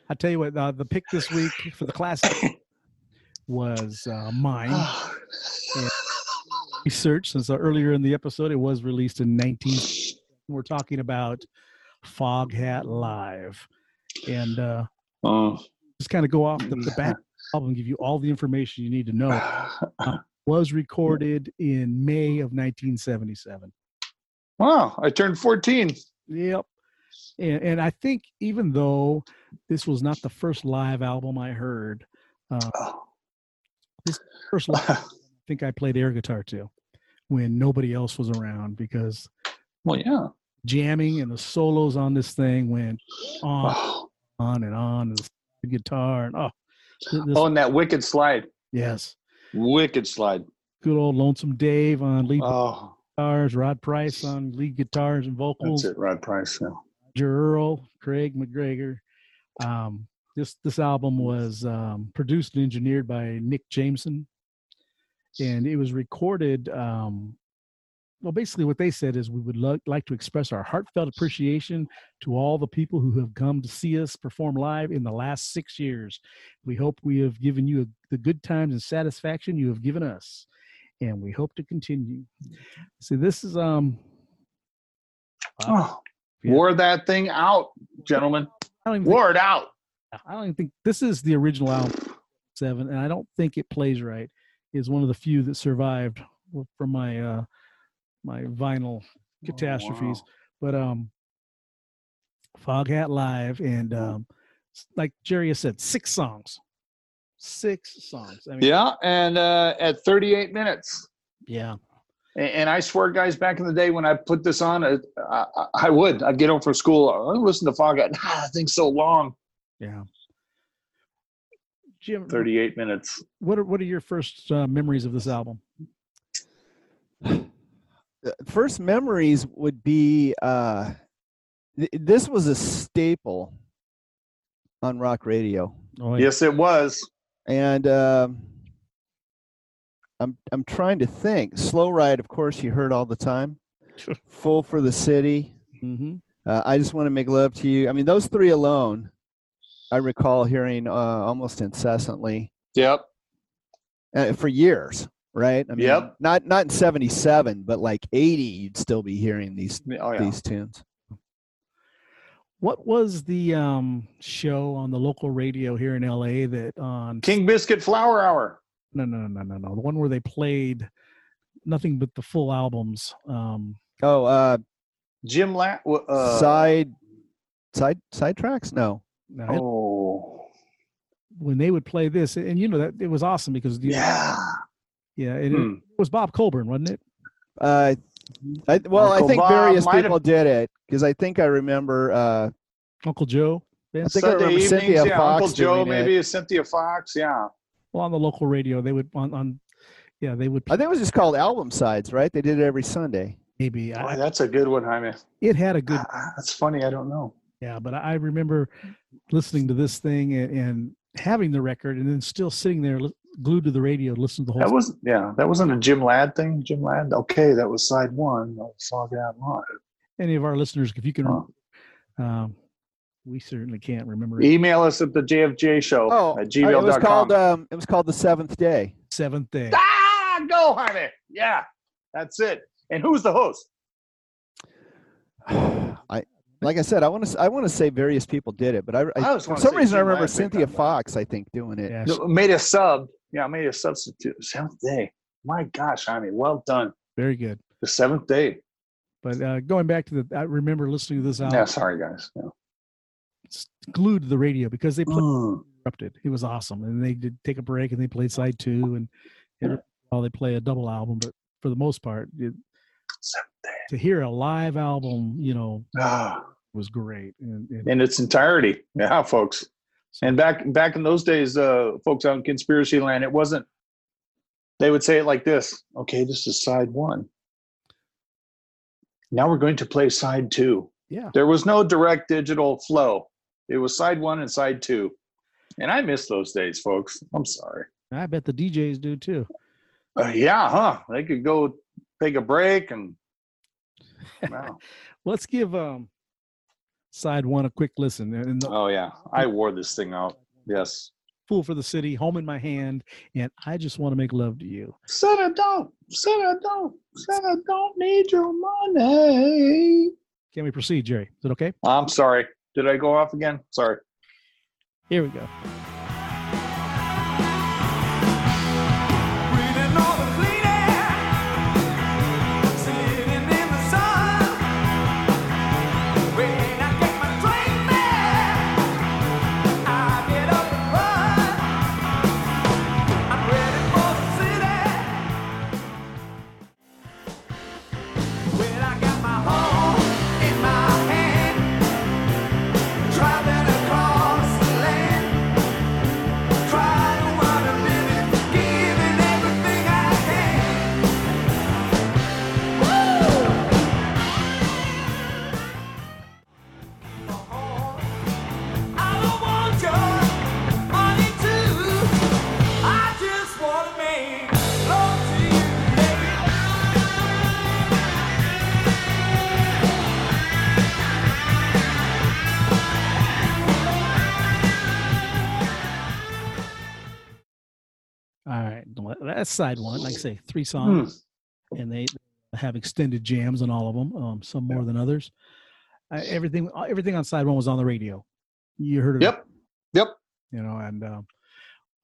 [SPEAKER 3] I tell you what, uh, the pick this week for the classic was uh,
[SPEAKER 4] <sighs>
[SPEAKER 3] mine. Research since uh, earlier in the episode, it was released in 19. We're talking about Foghat Live, and uh,
[SPEAKER 4] oh.
[SPEAKER 3] just kind of go off the, the back album, give you all the information you need to know. was recorded in May of 1977.
[SPEAKER 4] Wow, I turned <laughs> 14.
[SPEAKER 3] Yep. And, and I think even though this was not the first live album I heard, uh, this first live, I think I played air guitar too when nobody else was around because
[SPEAKER 4] Well, yeah.
[SPEAKER 3] jamming and the solos on this thing went
[SPEAKER 4] <sighs>
[SPEAKER 3] on,
[SPEAKER 4] Oh,
[SPEAKER 3] on and on and the guitar and oh, th- this-
[SPEAKER 4] and that wicked slide.
[SPEAKER 3] yes,
[SPEAKER 4] Wicked slide.
[SPEAKER 3] good old lonesome Dave on lead
[SPEAKER 4] Oh,
[SPEAKER 3] guitars, Rod Price on lead guitars and vocals.
[SPEAKER 4] that's it, Rod Price. Yeah.
[SPEAKER 3] Earl, Craig McGregor. Um, this this album was um, produced and engineered by Nick Jameson, and it was recorded. Um, well, basically, what they said is we would lo- like to express our heartfelt appreciation to all the people who have come to see us perform live in the last six years. We hope we have given you the good times and satisfaction you have given us, and we hope to continue. See, this is um,
[SPEAKER 4] Oh,
[SPEAKER 3] Yeah.
[SPEAKER 4] wore that thing out, gentlemen.
[SPEAKER 3] I don't even think-
[SPEAKER 4] Wore it out.
[SPEAKER 3] I don't even think this is the original album seven, and I don't think it plays right. Is one of the few that survived w- from my uh, my vinyl
[SPEAKER 4] Oh,
[SPEAKER 3] catastrophes. But um, Foghat Live and um, s- like Jerry has said, six songs, six songs. I mean,
[SPEAKER 4] Yeah, and uh, at 38 minutes.
[SPEAKER 3] yeah,
[SPEAKER 4] A- And I swear, guys, back in the day when I put this on, I, I, I would. I'd get home from school. I listen to Foghat. Ah, that thing's so long.
[SPEAKER 3] yeah. Jim,
[SPEAKER 4] 38 minutes.
[SPEAKER 3] what are what are your first uh, memories of this album?
[SPEAKER 2] Uh, First memories would be uh, th- this was a staple on rock radio.
[SPEAKER 3] Oh,
[SPEAKER 4] Yes, it was.
[SPEAKER 2] and um I'm I'm trying to think. Slow ride, of course, you heard all the time. Full for the city.
[SPEAKER 3] hmm
[SPEAKER 2] Uh, I just want to make love to you. I mean, those three alone, I recall hearing uh, almost incessantly
[SPEAKER 4] Yep.
[SPEAKER 2] uh, for years. Right? I mean,
[SPEAKER 4] Yep.
[SPEAKER 2] Not not in '77, but like '80, you'd still be hearing these
[SPEAKER 4] Oh, yeah.
[SPEAKER 2] these tunes.
[SPEAKER 3] What was the um, show on the local radio here in LA that on
[SPEAKER 4] King Biscuit Flower Hour.
[SPEAKER 3] no no no no no no the one where they played nothing but the full albums um
[SPEAKER 2] Oh, uh,
[SPEAKER 4] Jim La- w- uh,
[SPEAKER 2] side, side, side tracks? No.
[SPEAKER 3] Now, it-
[SPEAKER 4] Oh,
[SPEAKER 3] when they would play this, and you know that it was awesome because the-
[SPEAKER 4] yeah.
[SPEAKER 3] yeah, and it,
[SPEAKER 4] Hmm.
[SPEAKER 3] was Bob Colburn, wasn't it?
[SPEAKER 2] Uh, I, well, I
[SPEAKER 4] Uncle
[SPEAKER 2] think
[SPEAKER 4] Bob
[SPEAKER 2] various
[SPEAKER 4] might have-
[SPEAKER 2] people did it because I think I remember. Uh,
[SPEAKER 3] Uncle Joe. Vince?
[SPEAKER 2] I think I remember Cynthia
[SPEAKER 4] yeah,
[SPEAKER 2] Fox
[SPEAKER 4] Uncle Joe,
[SPEAKER 2] doing it.
[SPEAKER 4] maybe it's Cynthia Fox, yeah.
[SPEAKER 3] Well, on the local radio, they would on, on yeah, they would
[SPEAKER 2] I think it was just called album sides, right? They did it every Sunday.
[SPEAKER 3] maybe. I,
[SPEAKER 4] Boy, that's a good one, Jaime.
[SPEAKER 3] it had a good
[SPEAKER 4] Oh, Ah, That's funny. I don't know.
[SPEAKER 3] Yeah, but I remember listening to this thing and, and having the record, and then still sitting there li- glued to the radio, listening to the
[SPEAKER 4] That
[SPEAKER 3] whole.
[SPEAKER 4] was not yeah. That wasn't a Jim Ladd thing. Jim Ladd. Okay, that was side one. of Fog Out Live.
[SPEAKER 3] any of our listeners, if you can,
[SPEAKER 4] Huh.
[SPEAKER 3] um, we certainly can't remember. it.
[SPEAKER 4] Email us at the JFJ Show
[SPEAKER 2] Oh,
[SPEAKER 4] at
[SPEAKER 2] uh, it was
[SPEAKER 4] gmail.com.
[SPEAKER 2] called. Um, it was called the Seventh Day. <sighs>
[SPEAKER 3] Seventh day,
[SPEAKER 4] ah, go Jaime. Yeah, that's it. And who's the host?
[SPEAKER 2] I like I said, I want to. I want to say various people did it, but I, I-
[SPEAKER 4] was
[SPEAKER 2] for some reason I remember Cynthia Fox. I think doing it.
[SPEAKER 3] Yeah.
[SPEAKER 4] Made a sub. Yeah, made a substitute. Seventh day. My gosh, Jaime, well done.
[SPEAKER 3] very good.
[SPEAKER 4] The seventh day.
[SPEAKER 3] But uh, going back to the, I remember listening to this album
[SPEAKER 4] Yeah, sorry guys. Yeah.
[SPEAKER 3] glued to the radio because they played
[SPEAKER 4] Mm.
[SPEAKER 3] interrupted. It was awesome, and they did take a break and they played side two, and
[SPEAKER 4] Mm.
[SPEAKER 3] it, well, they play a double album, but for the most part, it,
[SPEAKER 4] Seventh day.
[SPEAKER 3] to hear a live album, you know,
[SPEAKER 4] Ah.
[SPEAKER 3] was great. And, and
[SPEAKER 4] in its entirety. Yeah, folks. And back back in those days, uh, folks out in conspiracy land, it wasn't. They would say it like this: "Okay, this is side one. Now we're going to play side two.
[SPEAKER 3] yeah,
[SPEAKER 4] There was no direct digital flow. It was side one and side two, and I miss those days, folks. I'm sorry.
[SPEAKER 3] I bet the DJs do too.
[SPEAKER 4] Uh, yeah, huh? They could go take a break and. Wow.
[SPEAKER 3] Let's give um side one a quick listen. And the
[SPEAKER 4] oh yeah, I wore this thing out. Yes.
[SPEAKER 3] fool for the city, home in my hand, and I just want to make love to you.
[SPEAKER 4] Said I don't. Said I don't. Said I don't need your money.
[SPEAKER 3] Can we proceed, Jerry? Is it okay?
[SPEAKER 4] I'm sorry. Did I go off again? Sorry.
[SPEAKER 3] Here we go.
[SPEAKER 6] Driving across the land Trying to want a living, giving everything I can. I don't want your money too. I just want to make love to you, baby.
[SPEAKER 3] All right. well, That's side one. Like I say, three
[SPEAKER 4] Hmm.
[SPEAKER 3] songs. And they have extended jams on all of them, um, some more than others. Uh, everything everything on side one was on the radio. You heard it.
[SPEAKER 4] Yep. Yep.
[SPEAKER 3] you know and um,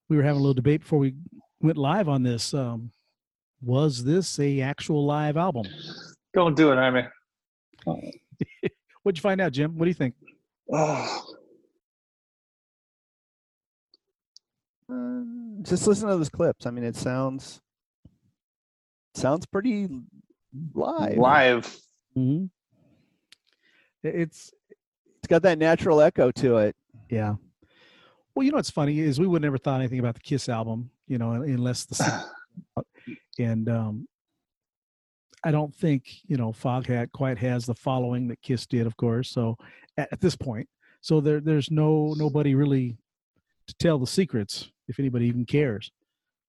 [SPEAKER 3] we were having a little debate before we went live on this um, was this a actual live album
[SPEAKER 4] Don't do it, Jaime.
[SPEAKER 3] what'd you find out jim what do you think
[SPEAKER 4] Oh,
[SPEAKER 2] Uh, just listen to those clips. I mean, it sounds sounds pretty live.
[SPEAKER 4] live.
[SPEAKER 3] mm-hmm. it's
[SPEAKER 2] It's got that natural echo to it.
[SPEAKER 3] yeah well you know what's funny is we would never thought anything about the kiss album you know un- unless the sing- and um i don't think you know foghat quite has the following that kiss did of course so at, at this point so there there's no nobody really to tell the secrets if anybody even cares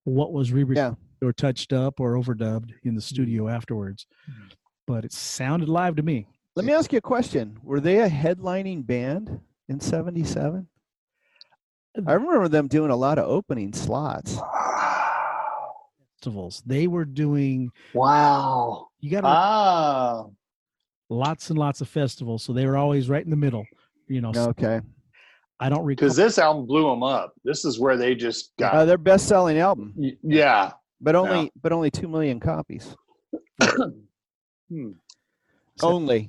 [SPEAKER 3] what was re
[SPEAKER 2] Yeah.
[SPEAKER 3] or touched up or overdubbed in the studio afterwards but it sounded live to me
[SPEAKER 2] Let me ask you a question. Were they a headlining band in 77? I remember them doing a lot of opening slots.
[SPEAKER 3] festivals they were doing
[SPEAKER 4] <sighs> Wow.
[SPEAKER 3] you got
[SPEAKER 4] Ah.
[SPEAKER 3] lots and lots of festivals so they were always right in the middle you know so
[SPEAKER 2] Okay.
[SPEAKER 3] i don't recall
[SPEAKER 4] Because this album blew them up. This is where they just got.
[SPEAKER 2] Uh, their best selling album,
[SPEAKER 4] y- yeah.
[SPEAKER 2] but only but only 2 million copies.
[SPEAKER 4] <coughs> Hmm.
[SPEAKER 3] So-
[SPEAKER 2] Only.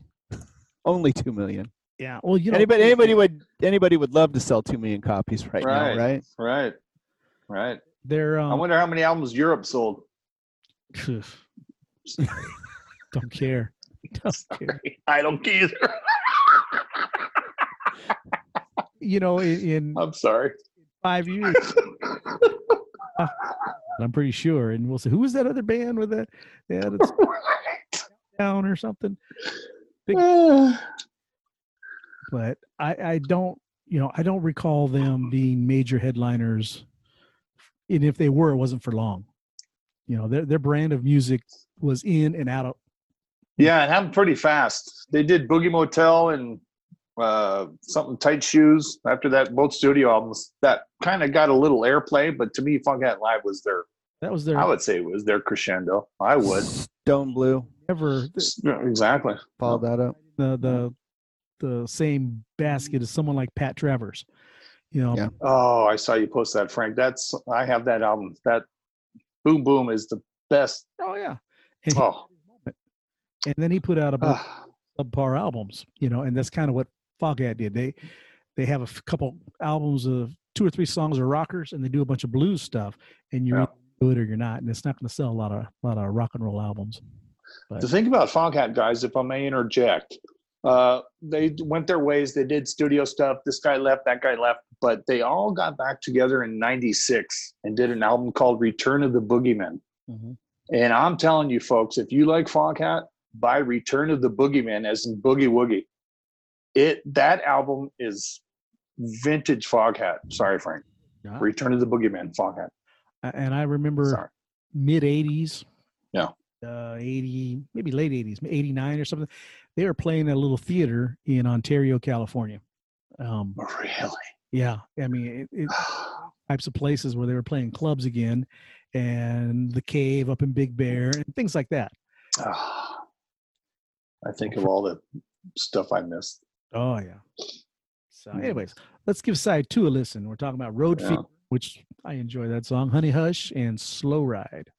[SPEAKER 2] Only two million.
[SPEAKER 3] Yeah. Well, you know,
[SPEAKER 2] Anybody, anybody would, anybody would love to sell two million copies right,
[SPEAKER 4] Right.
[SPEAKER 2] now, right?
[SPEAKER 4] Right. Right.
[SPEAKER 3] they're um,
[SPEAKER 4] I
[SPEAKER 3] <laughs>
[SPEAKER 4] wonder how many albums Europe sold. <laughs>
[SPEAKER 3] don't care. Don't care.
[SPEAKER 4] I don't either.
[SPEAKER 3] You know, in, in
[SPEAKER 4] I'm <sighs> sorry.
[SPEAKER 3] five years, Uh, I'm pretty sure. And we'll say, who was that other band with that? They had it down or something. But I, I don't, you know, I don't recall them being major headliners. And if they were, it wasn't for long. You know, their their brand of music was in and out of
[SPEAKER 4] yeah, it happened pretty fast. They did Boogie Motel and uh, something tight shoes after that. Both studio albums that kind of got a little airplay, but to me, Funk Hat Live was their.
[SPEAKER 3] that was their
[SPEAKER 4] I would say it was their crescendo. I would
[SPEAKER 2] Stone Blue
[SPEAKER 3] ever the
[SPEAKER 4] Yeah, exactly.
[SPEAKER 2] followed that up.
[SPEAKER 3] the the, the same basket as someone like Pat Travers. You know,
[SPEAKER 2] Yeah.
[SPEAKER 4] Oh, I saw you post that, Frank. That's I have that album. That Boom Boom is the best.
[SPEAKER 3] Oh yeah. And, he-
[SPEAKER 4] Oh,
[SPEAKER 3] and then he put out a bunch
[SPEAKER 4] ah,
[SPEAKER 3] of subpar albums, you know, and that's kind of what Foghat did. They they have a f- couple albums of two or three songs are rockers, and they do a bunch of blues stuff, and you're
[SPEAKER 4] Yeah.
[SPEAKER 3] either good or you're not, and it's not going to sell a lot of lot of rock and roll albums.
[SPEAKER 4] the thing about Foghat guys, if I may interject, uh, they went their ways. They did studio stuff. This guy left, that guy left, but they all got back together in '96 and did an album called Return of the Boogeyman.
[SPEAKER 2] Mhm.
[SPEAKER 4] And I'm telling you, folks, if you like Foghat, buy Return of the Boogeyman as in Boogie Woogie. It that album is vintage Foghat. Sorry, Frank.
[SPEAKER 3] Yeah.
[SPEAKER 4] Return of the Boogeyman, Foghat.
[SPEAKER 3] A- And I remember
[SPEAKER 4] Sorry.
[SPEAKER 3] mid 80s.
[SPEAKER 4] Yeah.
[SPEAKER 3] Uh, 80, maybe late 80s, 89 or something. They were playing at a little theater in Ontario, California. Um,
[SPEAKER 4] <sighs> Really?
[SPEAKER 3] yeah. I mean, it, it, types of places where they were playing clubs again and the cave up in Big Bear and things like that.
[SPEAKER 4] Ah, I think of all the stuff I missed.
[SPEAKER 3] Oh, yeah. So,
[SPEAKER 4] Mm.
[SPEAKER 3] anyways, let's give side two a listen. We're talking about Road
[SPEAKER 4] Yeah.
[SPEAKER 3] Fever, which I enjoy that song, Honey Hush, and Slow Ride.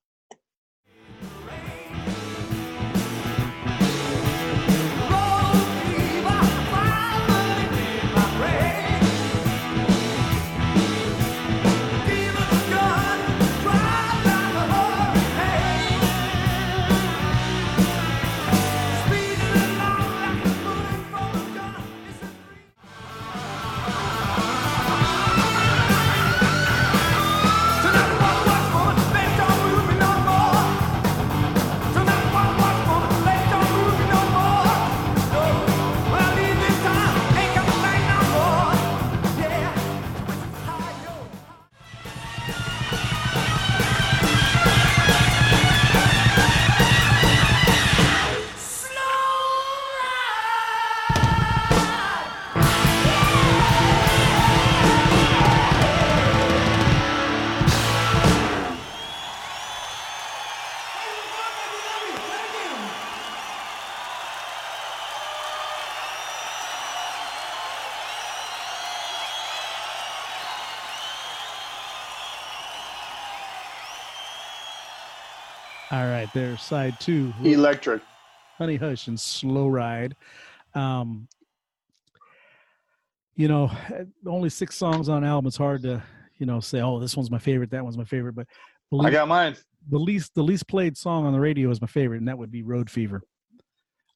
[SPEAKER 3] All right, there's side two.
[SPEAKER 4] Electric.
[SPEAKER 3] Honey Hush and Slow Ride. Um, you know, only six songs on album. It's hard to, you know, say, oh, this one's my favorite, that one's my favorite. But the
[SPEAKER 4] I
[SPEAKER 3] least,
[SPEAKER 4] got mine.
[SPEAKER 3] the least, the least played song on the radio is my favorite, and that would be Road Fever.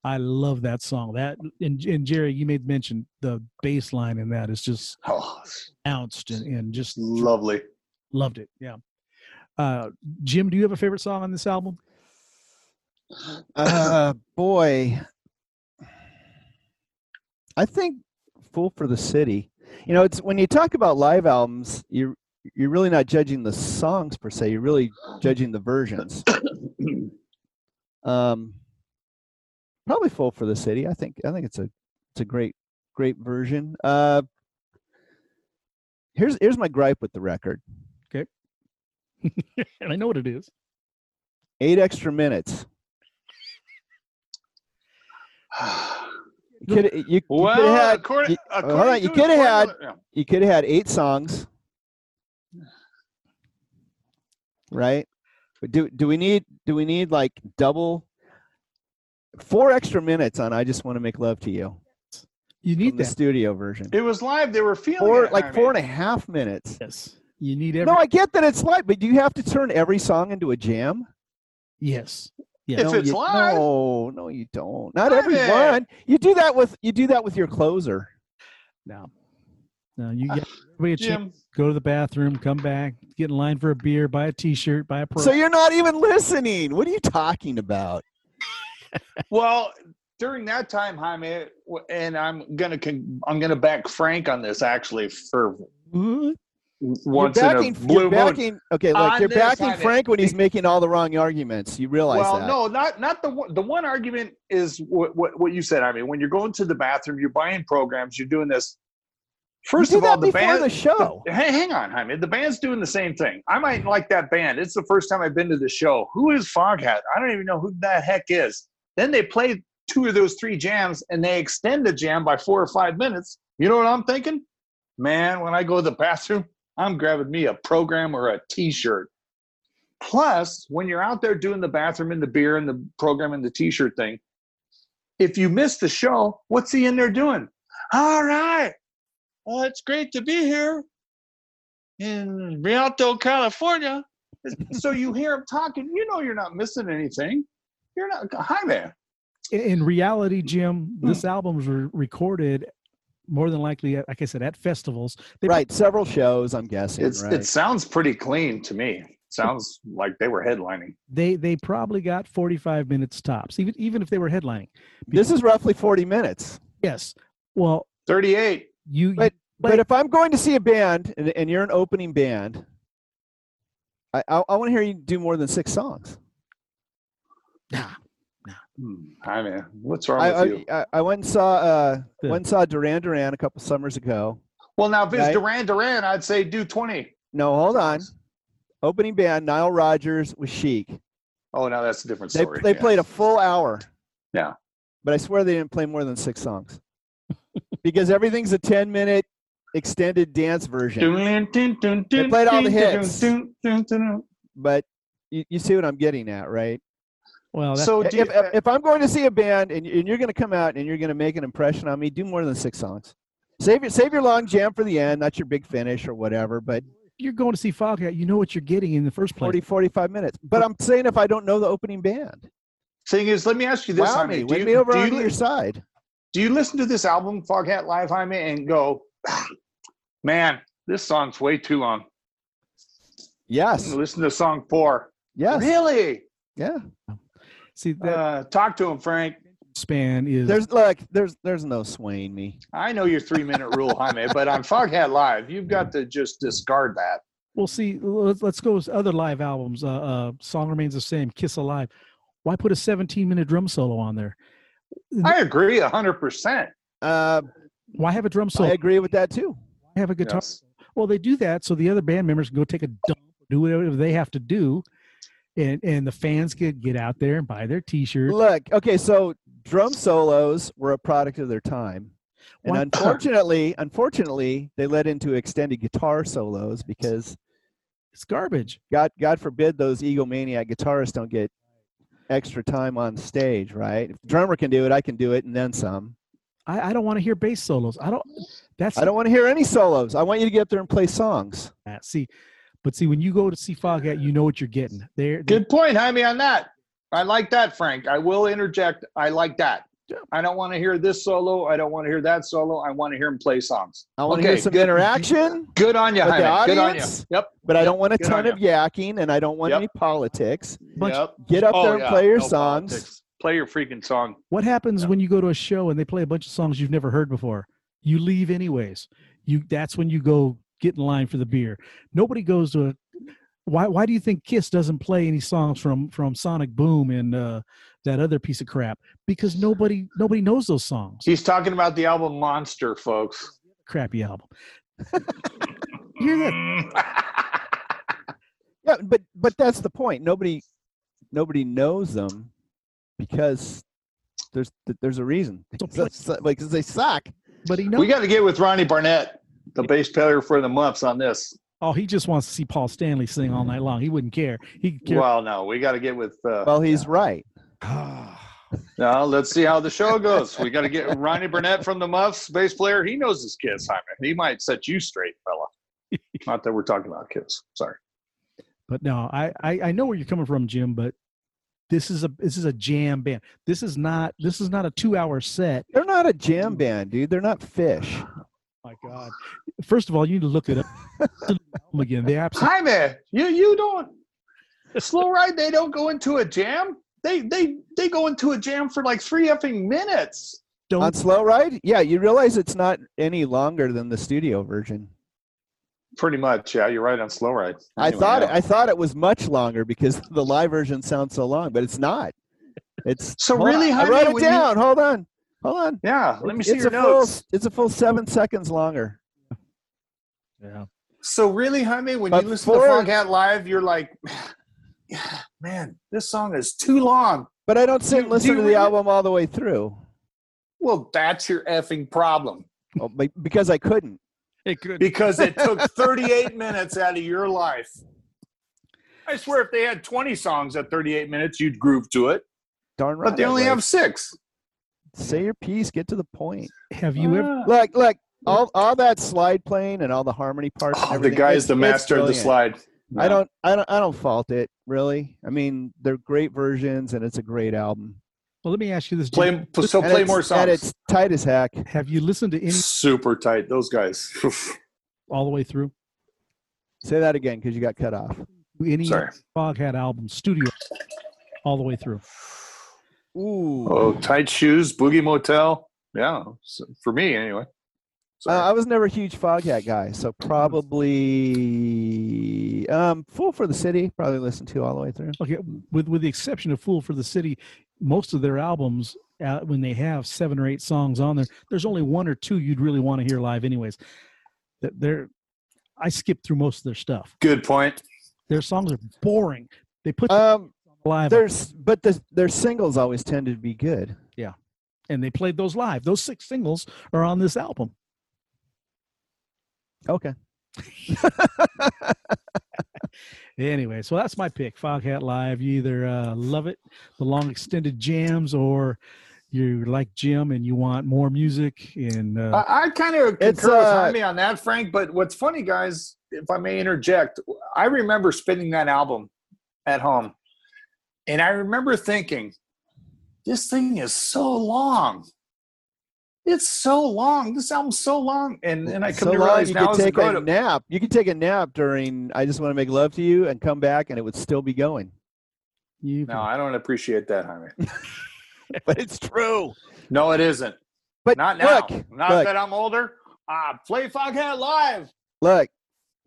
[SPEAKER 3] I love that song. That and, and Jerry, you made mention the bass line in that is just
[SPEAKER 4] Oh,
[SPEAKER 3] ounced and, and just
[SPEAKER 4] lovely. <sighs>
[SPEAKER 3] loved it. Yeah. Uh, Jim, do you have a favorite song on this album?
[SPEAKER 2] Uh, boy, I think "Fool for the City." You know, it's when you talk about live albums, you you're really not judging the songs per se. You're really judging the versions. Um, probably "Fool for the City." I think I think it's a it's a great great version. Uh, here's here's my gripe with the record:
[SPEAKER 3] and I know what it is.
[SPEAKER 2] eight extra minutes. You could you, you could
[SPEAKER 4] well,
[SPEAKER 2] have had
[SPEAKER 4] according,
[SPEAKER 2] you-
[SPEAKER 4] according
[SPEAKER 2] all right, you
[SPEAKER 4] to
[SPEAKER 2] coulda
[SPEAKER 4] the
[SPEAKER 2] had-
[SPEAKER 4] formula-
[SPEAKER 2] you could have had eight songs right But do do we need do we need like double four extra minutes on "I Just Want to Make Love to You"
[SPEAKER 3] You
[SPEAKER 2] from
[SPEAKER 3] need
[SPEAKER 2] the
[SPEAKER 3] that.
[SPEAKER 2] studio version.
[SPEAKER 4] It was live. They were feeling
[SPEAKER 2] Four,
[SPEAKER 4] it. I
[SPEAKER 2] like four
[SPEAKER 4] mean,
[SPEAKER 2] and a half minutes.
[SPEAKER 3] Yes. You need every.
[SPEAKER 2] No, I get that it's live, but do you have to turn every song into a jam?
[SPEAKER 3] yes. Yeah.
[SPEAKER 4] If
[SPEAKER 2] no,
[SPEAKER 4] it's
[SPEAKER 2] you,
[SPEAKER 4] live.
[SPEAKER 2] no, no, you don't. Not
[SPEAKER 4] Live
[SPEAKER 2] every
[SPEAKER 4] it.
[SPEAKER 2] one. You do that with you do that with your closer.
[SPEAKER 3] No. No. You
[SPEAKER 2] <laughs>
[SPEAKER 3] get everybody a chance.
[SPEAKER 4] Jim,
[SPEAKER 3] Go to the bathroom. Come back. Get in line for a beer. Buy a T-shirt. Buy a. Pro-
[SPEAKER 2] So you're not even listening. What are you talking about?
[SPEAKER 4] well, during that time, Jaime, w- and I'm gonna con- I'm gonna back Frank on this actually for
[SPEAKER 2] What?
[SPEAKER 4] once
[SPEAKER 2] you're
[SPEAKER 4] in
[SPEAKER 2] backing,
[SPEAKER 4] a blue
[SPEAKER 2] you're
[SPEAKER 4] moon.
[SPEAKER 2] backing, Okay, look,
[SPEAKER 4] On
[SPEAKER 2] you're
[SPEAKER 4] this
[SPEAKER 2] backing
[SPEAKER 4] side,
[SPEAKER 2] Frank when he's
[SPEAKER 4] it-
[SPEAKER 2] making all the wrong arguments. You realize
[SPEAKER 4] well,
[SPEAKER 2] that?
[SPEAKER 4] no, not not the one- the one argument is what, what what you said. I mean, when you're going to the bathroom, you're buying programs, you're doing this.
[SPEAKER 2] You
[SPEAKER 4] First
[SPEAKER 2] do
[SPEAKER 4] of all,
[SPEAKER 2] that
[SPEAKER 4] the
[SPEAKER 2] before
[SPEAKER 4] band.
[SPEAKER 2] the
[SPEAKER 4] <laughs>
[SPEAKER 2] show.
[SPEAKER 4] Hey, hang on, Jaime. The band's doing the same thing. I might like that band. It's the first time I've been to the show. Who is Foghat? I don't even know who that heck is. Then they play two of those three jams and they extend the jam by four or five minutes. You know what I'm thinking? Man, when I go to the bathroom, I'm grabbing me a program or a t shirt. Plus, when you're out there doing the bathroom and the beer and the program and the t shirt thing, if you miss the show, what's he in there doing? All right. Well, it's great to be here in Rialto, California. <laughs> so you hear him talking, you know you're not missing anything. You're not hi there.
[SPEAKER 3] in, in
[SPEAKER 2] Hmm.
[SPEAKER 3] reality, Jim, this album's re- recorded more than likely, at- like I said, at festivals. They pro-
[SPEAKER 2] Right, several shows. I'm guessing.
[SPEAKER 4] It's
[SPEAKER 2] right?
[SPEAKER 4] it sounds pretty clean to me. Sounds like they were headlining.
[SPEAKER 3] They they probably got forty five minutes tops, even even if they were headlining.
[SPEAKER 2] this is roughly 40 minutes.
[SPEAKER 3] Yes. Well,
[SPEAKER 4] 38.
[SPEAKER 3] you, you-
[SPEAKER 2] But-
[SPEAKER 3] Like-
[SPEAKER 2] but if I'm going to see a band and, and you're an opening band, I I, I want to hear you do more than six songs.
[SPEAKER 3] nah,
[SPEAKER 4] Hmm, Hi man. What's wrong
[SPEAKER 2] I,
[SPEAKER 4] with you?
[SPEAKER 2] I, I I went and saw uh
[SPEAKER 3] Yeah.
[SPEAKER 2] went and saw Duran Duran a couple summers ago.
[SPEAKER 4] Well now if it's
[SPEAKER 2] Right.
[SPEAKER 4] Duran Duran, I'd say do 20.
[SPEAKER 2] No, hold on. Opening band Nile Rodgers with Chic.
[SPEAKER 4] Oh now that's a different
[SPEAKER 2] They
[SPEAKER 4] story.
[SPEAKER 2] they
[SPEAKER 4] yeah.
[SPEAKER 2] played a full hour.
[SPEAKER 4] Yeah.
[SPEAKER 2] But I swear they didn't play more than six songs, <laughs> because everything's a ten minute extended dance version.
[SPEAKER 4] Dun, dun, dun, dun,
[SPEAKER 2] played all the
[SPEAKER 4] dun, dun,
[SPEAKER 2] hits.
[SPEAKER 4] dun, dun, dun, dun.
[SPEAKER 2] But you, you see what I'm getting at, right?
[SPEAKER 3] well, that's,
[SPEAKER 4] So
[SPEAKER 2] if,
[SPEAKER 4] do you,
[SPEAKER 2] if, if I'm going to see a band and, and you're going to come out and you're going to make an impression on me, do more than six songs. Save your save your long jam for the end. That's your big finish or whatever. But
[SPEAKER 3] you're going to see Foghat. You know what you're getting in the first place.
[SPEAKER 2] 40, 45 minutes. But I'm saying if I don't know the opening band,
[SPEAKER 4] thing is, let me ask you this.
[SPEAKER 2] wow
[SPEAKER 4] Jaime.
[SPEAKER 2] me,
[SPEAKER 4] Do
[SPEAKER 2] win
[SPEAKER 4] you-
[SPEAKER 2] me over
[SPEAKER 4] do
[SPEAKER 2] on
[SPEAKER 4] you-
[SPEAKER 2] your side.
[SPEAKER 4] do you listen to this album Foghat Live Jaime and go <clears throat> man this song's way too long I'm
[SPEAKER 2] Yes,
[SPEAKER 4] gonna listen to song four
[SPEAKER 2] yes,
[SPEAKER 4] really
[SPEAKER 2] yeah.
[SPEAKER 3] See that
[SPEAKER 4] uh, talk to him Frank
[SPEAKER 3] span is
[SPEAKER 2] There's look, there's there's no swaying me.
[SPEAKER 4] I know your three minute rule
[SPEAKER 2] <laughs>
[SPEAKER 4] Jaime but on Foghat Live you've got to just discard that
[SPEAKER 3] Well, see, let's, let's go with other live albums. Uh, uh, Song Remains the Same, Kiss Alive. Why put a 17 minute drum solo on there?
[SPEAKER 4] I agree 100%
[SPEAKER 2] Uh,
[SPEAKER 3] Why have a drum
[SPEAKER 2] I
[SPEAKER 3] solo?
[SPEAKER 2] agree with that too.
[SPEAKER 3] Why have a guitar?
[SPEAKER 4] Yes.
[SPEAKER 3] Well, they do that so the other band members can go take a dump, do whatever they have to do, and and the fans could get out there and buy their T-shirt.
[SPEAKER 2] Look, okay, so drum solos were a product of their time. And
[SPEAKER 3] Why-
[SPEAKER 2] unfortunately, unfortunately, they led into extended guitar solos because
[SPEAKER 3] It's garbage.
[SPEAKER 2] God, God forbid those egomaniac guitarists don't get extra time on stage, right? If the drummer can do it, I can do it, and then some.
[SPEAKER 3] I, I don't want to hear bass solos. I don't. That's
[SPEAKER 2] I don't want to hear any solos. I want you to get up there and play songs.
[SPEAKER 3] that. See, but see, when you go to see Foghat, you know what you're getting. They're, they're
[SPEAKER 4] good point Jaime on that I like that Frank I will interject I like that I don't want to hear this solo I don't want to hear that solo I want to hear him play songs
[SPEAKER 2] I want to hear
[SPEAKER 4] Okay,
[SPEAKER 2] some
[SPEAKER 4] good-
[SPEAKER 2] interaction,
[SPEAKER 4] good on you
[SPEAKER 2] But the
[SPEAKER 4] Jaime good on you
[SPEAKER 2] audience?
[SPEAKER 4] yep
[SPEAKER 2] but I don't want a
[SPEAKER 4] Good
[SPEAKER 2] ton
[SPEAKER 4] on
[SPEAKER 2] of yakking, and I don't want
[SPEAKER 4] Yep.
[SPEAKER 2] any politics.
[SPEAKER 3] bunch-
[SPEAKER 4] yep
[SPEAKER 2] Get up
[SPEAKER 4] Oh,
[SPEAKER 2] there and
[SPEAKER 4] yeah,
[SPEAKER 2] play your
[SPEAKER 4] no
[SPEAKER 2] songs.
[SPEAKER 4] politics. Play your freaking song.
[SPEAKER 3] What happens when you go to a show and they play a bunch of songs you've never heard before? You leave anyways. You that's when you go get in line for the beer. Nobody goes to a why why do you think Kiss doesn't play any songs from from Sonic Boom and uh that other piece of crap? Because nobody nobody knows those songs.
[SPEAKER 4] He's talking about the album Monster, folks.
[SPEAKER 3] Crappy album. <laughs> Hear that?
[SPEAKER 2] Yeah, but but that's the point. Nobody nobody knows them because there's there's a reason.
[SPEAKER 3] So
[SPEAKER 2] Because they suck.
[SPEAKER 3] But he
[SPEAKER 4] we
[SPEAKER 3] knows.
[SPEAKER 4] got to get with Ronnie Barnett, the bass player for the Muffs, on this.
[SPEAKER 3] Oh, he just wants to see Paul Stanley sing all night long. He wouldn't care. He could care.
[SPEAKER 4] Well, no, we got to get with. Uh,
[SPEAKER 2] Well, he's right.
[SPEAKER 3] Ah,
[SPEAKER 4] Now let's see how the show goes. We got to get Ronnie Burnett from the Muffs, bass player. He knows his kids, Simon. He might set you straight, fella.
[SPEAKER 2] <laughs>
[SPEAKER 4] Not that we're talking about kids. Sorry.
[SPEAKER 3] But no, I, I I know where you're coming from, Jim. But this is a this is a jam band. This is not this is not a two hour set.
[SPEAKER 2] They're not a jam band, dude. They're not fish.
[SPEAKER 3] Oh My God! First of all, you need to look it
[SPEAKER 4] <laughs>
[SPEAKER 3] up Listen to the album again. They absolutely
[SPEAKER 4] Simon, you you don't slow ride. They don't go into a jam. They they they go into a jam for like three effing minutes.
[SPEAKER 2] On
[SPEAKER 3] don't.
[SPEAKER 2] slow ride, yeah, you realize it's not any longer than the studio version.
[SPEAKER 4] Pretty much, yeah. You're right on slow ride.
[SPEAKER 2] I
[SPEAKER 4] Anyway,
[SPEAKER 2] thought
[SPEAKER 4] yeah.
[SPEAKER 2] I thought it was much longer because <laughs> the live version sounds so long, but it's not. It's
[SPEAKER 4] So
[SPEAKER 2] hold
[SPEAKER 4] really,
[SPEAKER 2] on, I
[SPEAKER 4] Jaime,
[SPEAKER 2] wrote it
[SPEAKER 4] when you-
[SPEAKER 2] down. hold on, hold on.
[SPEAKER 4] Yeah, let me see
[SPEAKER 2] it's
[SPEAKER 4] your
[SPEAKER 2] a full-
[SPEAKER 4] notes.
[SPEAKER 2] it's a full seven seconds longer.
[SPEAKER 3] Yeah.
[SPEAKER 4] So really, Jaime, when
[SPEAKER 2] But
[SPEAKER 4] you listen to
[SPEAKER 2] for-
[SPEAKER 4] Foghat live, you're like, <sighs> man, this song is too long.
[SPEAKER 2] But I don't sit
[SPEAKER 4] Do-
[SPEAKER 2] and listen
[SPEAKER 4] do
[SPEAKER 2] to
[SPEAKER 4] you
[SPEAKER 2] the
[SPEAKER 4] really-
[SPEAKER 2] album all the way through
[SPEAKER 4] Well, that's your effing problem
[SPEAKER 2] Oh, be- because I couldn't.
[SPEAKER 3] It could.
[SPEAKER 4] because it
[SPEAKER 2] <laughs>
[SPEAKER 4] took 38 minutes out of your life. I swear, if they had 20 songs at 38 minutes, you'd groove to it.
[SPEAKER 2] Darn right.
[SPEAKER 4] But they only
[SPEAKER 2] like,
[SPEAKER 4] have six.
[SPEAKER 2] say your piece, get to the point.
[SPEAKER 3] Have you ever?
[SPEAKER 4] Ah.
[SPEAKER 2] Look, look, all all that slide playing and all the harmony parts. and
[SPEAKER 4] Oh, the
[SPEAKER 2] everything,
[SPEAKER 4] guy's
[SPEAKER 2] it's-
[SPEAKER 4] the
[SPEAKER 2] it's
[SPEAKER 4] master of the
[SPEAKER 2] brilliant.
[SPEAKER 4] slide.
[SPEAKER 2] I don't, I don't, I don't fault it really. I mean, they're great versions, and it's a great album.
[SPEAKER 3] Well, let me ask you this. Jim.
[SPEAKER 4] play. So
[SPEAKER 2] And
[SPEAKER 4] Oh, play
[SPEAKER 2] it's-
[SPEAKER 4] more
[SPEAKER 2] And
[SPEAKER 4] songs.
[SPEAKER 2] it's tight as heck.
[SPEAKER 3] Have you listened to any
[SPEAKER 4] Super tight. Those guys. <laughs>
[SPEAKER 3] all the way through?
[SPEAKER 2] Say that again because you got cut off.
[SPEAKER 3] Any
[SPEAKER 4] Sorry.
[SPEAKER 3] Foghat album studio all the way through?
[SPEAKER 2] Ooh.
[SPEAKER 4] Oh, tight shoes, boogie motel. Yeah, so- for me anyway.
[SPEAKER 2] Uh,
[SPEAKER 4] Sorry.
[SPEAKER 2] I was never a huge Foghat guy, so probably um, Fool for the City. Probably listened to all the way through.
[SPEAKER 3] Okay, with with the exception of "Fool for the City," most of their albums, uh, when they have seven or eight songs on there, there's only one or two you'd really want to hear live, anyways. Th- They're, I skip through most of their stuff.
[SPEAKER 4] Good point.
[SPEAKER 3] Their songs are boring. They put them
[SPEAKER 2] Um,
[SPEAKER 3] live,
[SPEAKER 2] there's, but the, their singles always tended to be good.
[SPEAKER 3] and they played those live. Those six singles are on this album.
[SPEAKER 2] Okay.
[SPEAKER 3] Anyway, so that's my pick. Foghat Live. You either uh, love it, the long extended jams, or you like Jim and you want more music. And uh,
[SPEAKER 4] I, I kind of concur
[SPEAKER 2] It's,
[SPEAKER 4] with
[SPEAKER 2] uh,
[SPEAKER 4] Jaime on that, Frank. But what's funny, guys, if I may interject, I remember spinning that album at home, and I remember thinking, "This thing is so long. It's so long. This album's so long." And and I come
[SPEAKER 2] so
[SPEAKER 4] to
[SPEAKER 2] long,
[SPEAKER 4] realize
[SPEAKER 2] you
[SPEAKER 4] now
[SPEAKER 2] could
[SPEAKER 4] as I
[SPEAKER 2] take
[SPEAKER 4] grow
[SPEAKER 2] a
[SPEAKER 4] to,
[SPEAKER 2] nap. You could take a nap during "I Just Want to Make Love to You" and come back, and it would still be
[SPEAKER 4] <laughs>
[SPEAKER 2] going.
[SPEAKER 3] you
[SPEAKER 4] no, I don't appreciate that, Jaime.
[SPEAKER 2] But it's true.
[SPEAKER 4] No, it isn't.
[SPEAKER 2] But
[SPEAKER 4] Not now.
[SPEAKER 2] look,
[SPEAKER 4] Not
[SPEAKER 2] look.
[SPEAKER 4] that I'm older. Uh, play Foghat live.
[SPEAKER 2] Look,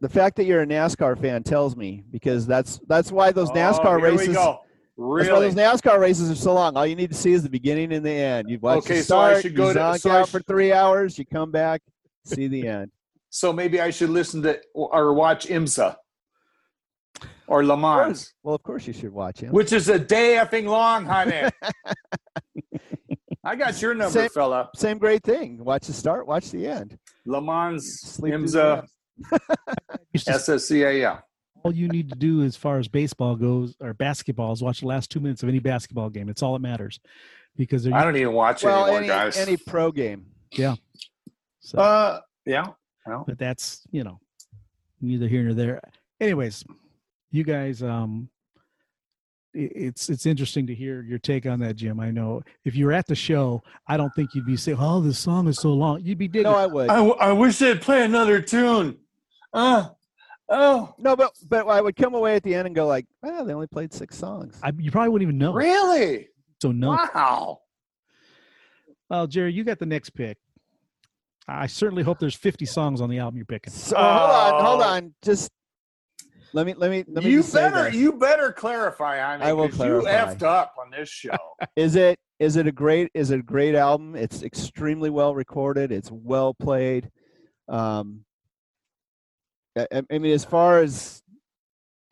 [SPEAKER 2] the fact that you're a NASCAR fan tells me because that's that's why those
[SPEAKER 4] Oh,
[SPEAKER 2] NASCAR
[SPEAKER 4] here we
[SPEAKER 2] races.
[SPEAKER 4] go.
[SPEAKER 2] That's why
[SPEAKER 4] Really?
[SPEAKER 2] those NASCAR races are so long. All you need to see is the beginning and the end. You watch
[SPEAKER 4] Okay,
[SPEAKER 2] the
[SPEAKER 4] so I
[SPEAKER 2] start,
[SPEAKER 4] should go
[SPEAKER 2] you
[SPEAKER 4] to-
[SPEAKER 2] zonk
[SPEAKER 4] so I
[SPEAKER 2] out
[SPEAKER 4] sh-
[SPEAKER 2] for three hours, you come back, see the end.
[SPEAKER 4] So maybe I should listen to or watch IMSA or Le Mans,
[SPEAKER 2] well, of course you should watch him.
[SPEAKER 4] which is a day effing
[SPEAKER 2] <laughs>
[SPEAKER 4] long, honey. I got your number,
[SPEAKER 2] Same-
[SPEAKER 4] fella.
[SPEAKER 2] Same great thing. Watch the start, watch the end.
[SPEAKER 4] Le Mans,
[SPEAKER 2] Sleep through the
[SPEAKER 4] IMSA,
[SPEAKER 2] end.
[SPEAKER 3] used to
[SPEAKER 4] SSCA. Yeah.
[SPEAKER 3] all you need to do as far as baseball goes or basketball is watch the last two minutes of any basketball game. It's all that matters because they're
[SPEAKER 4] I don't even watch
[SPEAKER 2] Well,
[SPEAKER 4] anymore,
[SPEAKER 2] any,
[SPEAKER 4] guys.
[SPEAKER 2] any pro game.
[SPEAKER 3] so,
[SPEAKER 4] uh, yeah.
[SPEAKER 3] but that's you know neither here nor there. Anyways, you guys, um, i- it's it's interesting to hear your take on that, Jim. I know if you were at the show, I don't think you'd be saying, "Oh, this song is so long." You'd be digging.
[SPEAKER 2] No, I would.
[SPEAKER 4] I, w- I wish they'd play another tune. Uh, oh,
[SPEAKER 2] no, but but I would come away at the end and go like, "Ah, they only played six songs."
[SPEAKER 3] I, you probably wouldn't even know.
[SPEAKER 4] really?
[SPEAKER 3] So no.
[SPEAKER 4] Wow.
[SPEAKER 3] Well, Jerry, you got the next pick. I certainly hope there's 50 songs on the album you're picking.
[SPEAKER 2] So hold on, hold
[SPEAKER 4] Oh.
[SPEAKER 2] on. Just let me let me let me.
[SPEAKER 4] You
[SPEAKER 2] just say
[SPEAKER 4] better,
[SPEAKER 2] this.
[SPEAKER 4] you better clarify, Jaime.
[SPEAKER 2] I will
[SPEAKER 4] 'cause
[SPEAKER 2] clarify.
[SPEAKER 4] You effed up on
[SPEAKER 2] <laughs>
[SPEAKER 4] this show.
[SPEAKER 2] Is it is it a great is it a great album? It's extremely well recorded. It's well played. Um, I, I- I mean, as far as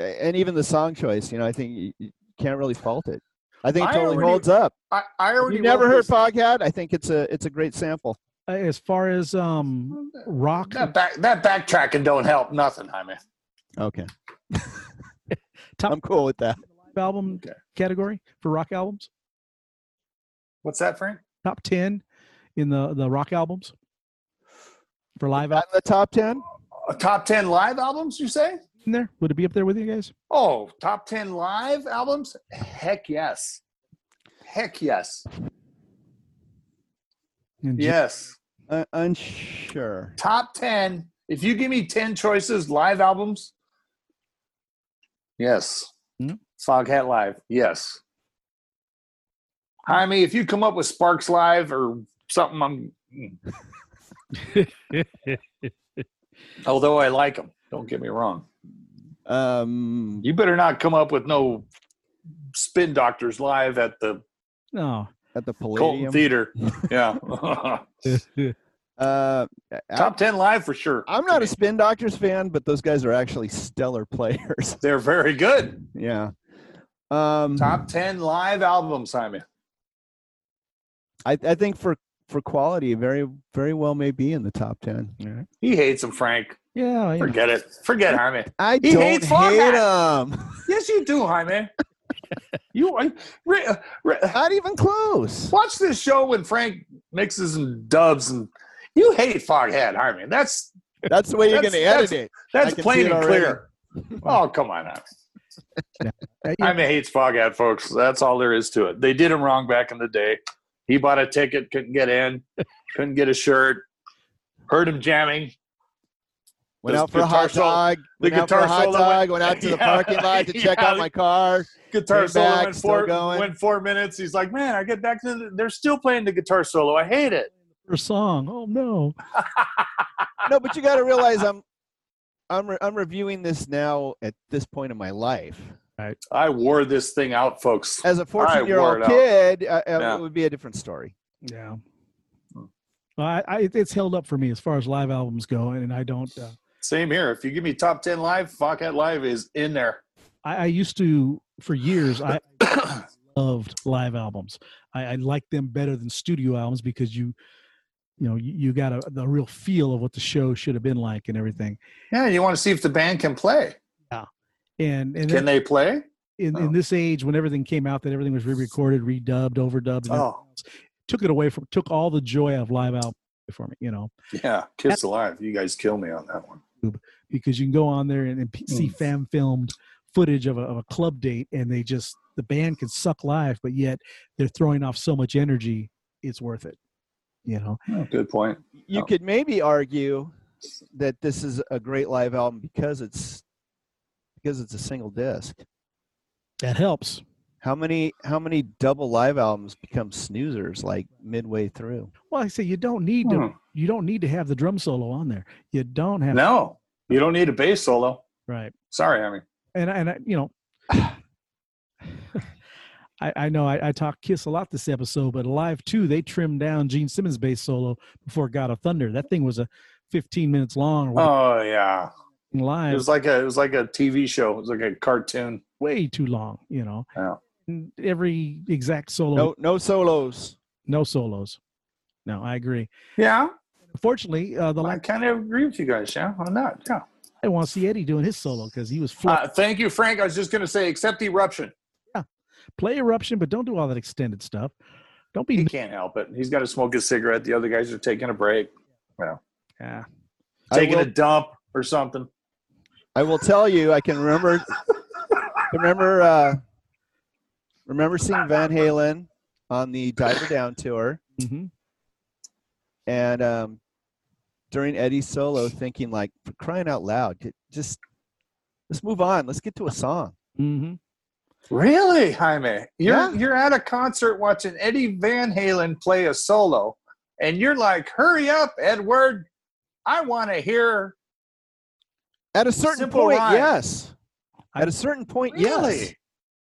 [SPEAKER 2] a- and even the song choice, you know, I think you, you can't really fault it. I think it
[SPEAKER 4] I
[SPEAKER 2] totally
[SPEAKER 4] already-
[SPEAKER 2] holds up.
[SPEAKER 4] I, I
[SPEAKER 2] If
[SPEAKER 4] already
[SPEAKER 2] You never
[SPEAKER 4] wrote
[SPEAKER 2] heard
[SPEAKER 4] this-
[SPEAKER 2] Foghat? I think it's a it's a great sample.
[SPEAKER 3] Uh, As far as um rock
[SPEAKER 4] <laughs> that back that backtracking don't help nothing, Jaime.
[SPEAKER 2] <laughs> Okay,
[SPEAKER 3] Top-
[SPEAKER 2] I'm cool with that.
[SPEAKER 3] album
[SPEAKER 4] Okay.
[SPEAKER 3] category for rock albums,
[SPEAKER 4] What's that, Frank?
[SPEAKER 3] Top ten in the the rock albums for live out
[SPEAKER 2] in the top ten.
[SPEAKER 4] A Uh, top 10 live albums, you say?
[SPEAKER 3] in there. Would it be up there with you guys?
[SPEAKER 4] Oh, top 10 live albums? Heck yes. Heck yes.
[SPEAKER 3] And Jim-
[SPEAKER 4] Yes.
[SPEAKER 2] Uh, unsure.
[SPEAKER 4] Top 10. If you give me 10 choices, live albums? Yes.
[SPEAKER 3] Hmm.
[SPEAKER 4] Foghat Live? Yes. Jaime, if you come up with Sparks Live or something, I'm. hmm. Although I like them, don't get me wrong.
[SPEAKER 2] Um,
[SPEAKER 4] You better not come up with no Spin Doctors Live at the
[SPEAKER 3] No.
[SPEAKER 2] at the
[SPEAKER 4] Colton
[SPEAKER 2] Palladium.
[SPEAKER 4] Theater. Yeah. <laughs>
[SPEAKER 2] Uh,
[SPEAKER 4] Top 10 live for sure.
[SPEAKER 2] I'm not a Spin Doctors fan, but those guys are actually stellar <laughs> players.
[SPEAKER 4] They're very good.
[SPEAKER 2] yeah. Um,
[SPEAKER 4] Top 10 live albums, Simon.
[SPEAKER 2] I, I think for for quality, very very well may be in the top ten.
[SPEAKER 4] He hates them, Frank.
[SPEAKER 3] yeah, you know,
[SPEAKER 4] Forget it. Forget Jaime.
[SPEAKER 2] I
[SPEAKER 4] He
[SPEAKER 2] don't hate
[SPEAKER 4] hates
[SPEAKER 2] <laughs>
[SPEAKER 4] Foghat.
[SPEAKER 2] them.
[SPEAKER 4] Yes, you do, Jaime.
[SPEAKER 2] <laughs>
[SPEAKER 4] you I- re- uh, re-
[SPEAKER 2] Not even close.
[SPEAKER 4] watch this show when Frank mixes and dubs and you hate Foghat, Jaime. That's
[SPEAKER 2] That's the way you're going
[SPEAKER 4] That's-
[SPEAKER 2] to edit
[SPEAKER 4] that's-
[SPEAKER 2] it. I can
[SPEAKER 4] that's
[SPEAKER 2] see
[SPEAKER 4] plain
[SPEAKER 2] it
[SPEAKER 4] and
[SPEAKER 2] already.
[SPEAKER 4] clear. Oh, come on now.
[SPEAKER 3] uh, yeah,
[SPEAKER 4] <laughs> Jaime hates Foghat, folks. That's all there is to it. They did him wrong back in the day. He bought a ticket, couldn't get in, couldn't get a shirt, heard him jamming.
[SPEAKER 2] Went
[SPEAKER 4] The
[SPEAKER 2] out for a hot
[SPEAKER 4] guitar solo-
[SPEAKER 2] dog.
[SPEAKER 4] the
[SPEAKER 2] Went out for a
[SPEAKER 4] guitar
[SPEAKER 2] hot
[SPEAKER 4] solo
[SPEAKER 2] dog.
[SPEAKER 4] went-
[SPEAKER 2] Went out to <laughs> the
[SPEAKER 4] Yeah,
[SPEAKER 2] parking lot to check
[SPEAKER 4] yeah.
[SPEAKER 2] out my car.
[SPEAKER 4] guitar
[SPEAKER 2] Came
[SPEAKER 4] solo
[SPEAKER 2] back,
[SPEAKER 4] went
[SPEAKER 2] still
[SPEAKER 4] four
[SPEAKER 2] going.
[SPEAKER 4] went four minutes. He's like, man, I get back to the, they're still playing the guitar solo. I hate it.
[SPEAKER 3] first song. Oh no.
[SPEAKER 2] no, but you got to realize I'm I'm re- I'm reviewing this now at this point in my life.
[SPEAKER 4] I wore this thing out, folks.
[SPEAKER 2] As a 14 year
[SPEAKER 4] wore
[SPEAKER 2] old
[SPEAKER 4] it out.
[SPEAKER 2] kid, I, I-
[SPEAKER 4] Yeah.
[SPEAKER 2] it would be a different story.
[SPEAKER 3] Yeah. Well, I, I it's held up for me as far as live albums go, and I don't. Uh,
[SPEAKER 4] Same here. If you give me top ten live, Foghat Live is in there.
[SPEAKER 3] I, I used to for years. I <laughs> loved live albums. I, I like them better than studio albums because you, you know, you, you got a the real feel of what the show should have been like and everything.
[SPEAKER 4] <coughs> yeah, you want to see if the band can play.
[SPEAKER 3] And and then
[SPEAKER 4] Can they play?
[SPEAKER 3] in,
[SPEAKER 4] Oh.
[SPEAKER 3] in this age when everything came out, that everything was re-recorded, redubbed, overdubbed, and
[SPEAKER 4] Oh,
[SPEAKER 3] took it away from took all the joy out of live album for me. You know,
[SPEAKER 4] yeah. Kiss Alive. You guys kill me on that one.
[SPEAKER 3] because you can go on there and, and p-
[SPEAKER 4] Mm.
[SPEAKER 3] see fan filmed footage of a, of a club date and they just the band can suck live but yet they're throwing off so much energy it's worth it you know
[SPEAKER 4] Oh, good point.
[SPEAKER 2] You
[SPEAKER 4] Oh.
[SPEAKER 2] could maybe argue that this is a great live album because it's because it's a single disc.
[SPEAKER 3] that helps
[SPEAKER 2] How many how many double live albums become snoozers like midway through?
[SPEAKER 3] well i say you don't need
[SPEAKER 4] Hmm.
[SPEAKER 3] to you don't need to have the drum solo on there you don't have
[SPEAKER 4] No, you don't need a bass solo.
[SPEAKER 3] right
[SPEAKER 4] Sorry, I mean,
[SPEAKER 3] and I- and I, you know <sighs> I, I know I, I talked Kiss a lot this episode, but live too, they trimmed down Gene Simmons' bass solo before God of Thunder. That thing was a 15 minutes long. or whatever,
[SPEAKER 4] oh yeah, it
[SPEAKER 3] live,
[SPEAKER 4] was like a it was like a TV show. It was like a cartoon.
[SPEAKER 3] way too long, you know.
[SPEAKER 4] Yeah.
[SPEAKER 3] And Every exact solo,
[SPEAKER 2] No
[SPEAKER 3] no,
[SPEAKER 2] no solos.
[SPEAKER 3] solos. No, I agree.
[SPEAKER 4] Yeah,
[SPEAKER 3] Fortunately, uh, the
[SPEAKER 4] I
[SPEAKER 3] last
[SPEAKER 4] kind of agree with you guys. Yeah, on that. Yeah.
[SPEAKER 3] I want to see Eddie doing his solo because he was flat.
[SPEAKER 4] Uh, thank you, Frank. I was just going to say, accept eruption.
[SPEAKER 3] play eruption, but don't do all that extended stuff. Don't be.
[SPEAKER 2] Mm-hmm.
[SPEAKER 4] He can't help it. He's got to smoke his cigarette. The other guys are taking a break,
[SPEAKER 3] Yeah.
[SPEAKER 2] I
[SPEAKER 4] taking a
[SPEAKER 2] will,
[SPEAKER 4] dump or something.
[SPEAKER 2] I will tell you I can remember can remember uh remember seeing Van Halen on the Diver Down tour.
[SPEAKER 4] Mm-hmm.
[SPEAKER 3] hmm
[SPEAKER 2] and um, during Eddie's solo, thinking like, for crying out loud, j- just let's move on. Let's get to a song.
[SPEAKER 3] hmm
[SPEAKER 4] Really, Jaime? You're
[SPEAKER 2] Yeah.
[SPEAKER 4] you're at a concert watching Eddie Van Halen play a solo, and you're like, "Hurry up, Edward! I want to hear."
[SPEAKER 2] At a certain
[SPEAKER 4] Simple
[SPEAKER 2] point,
[SPEAKER 4] rhyme.
[SPEAKER 2] yes. At a certain point, yes.
[SPEAKER 4] Really?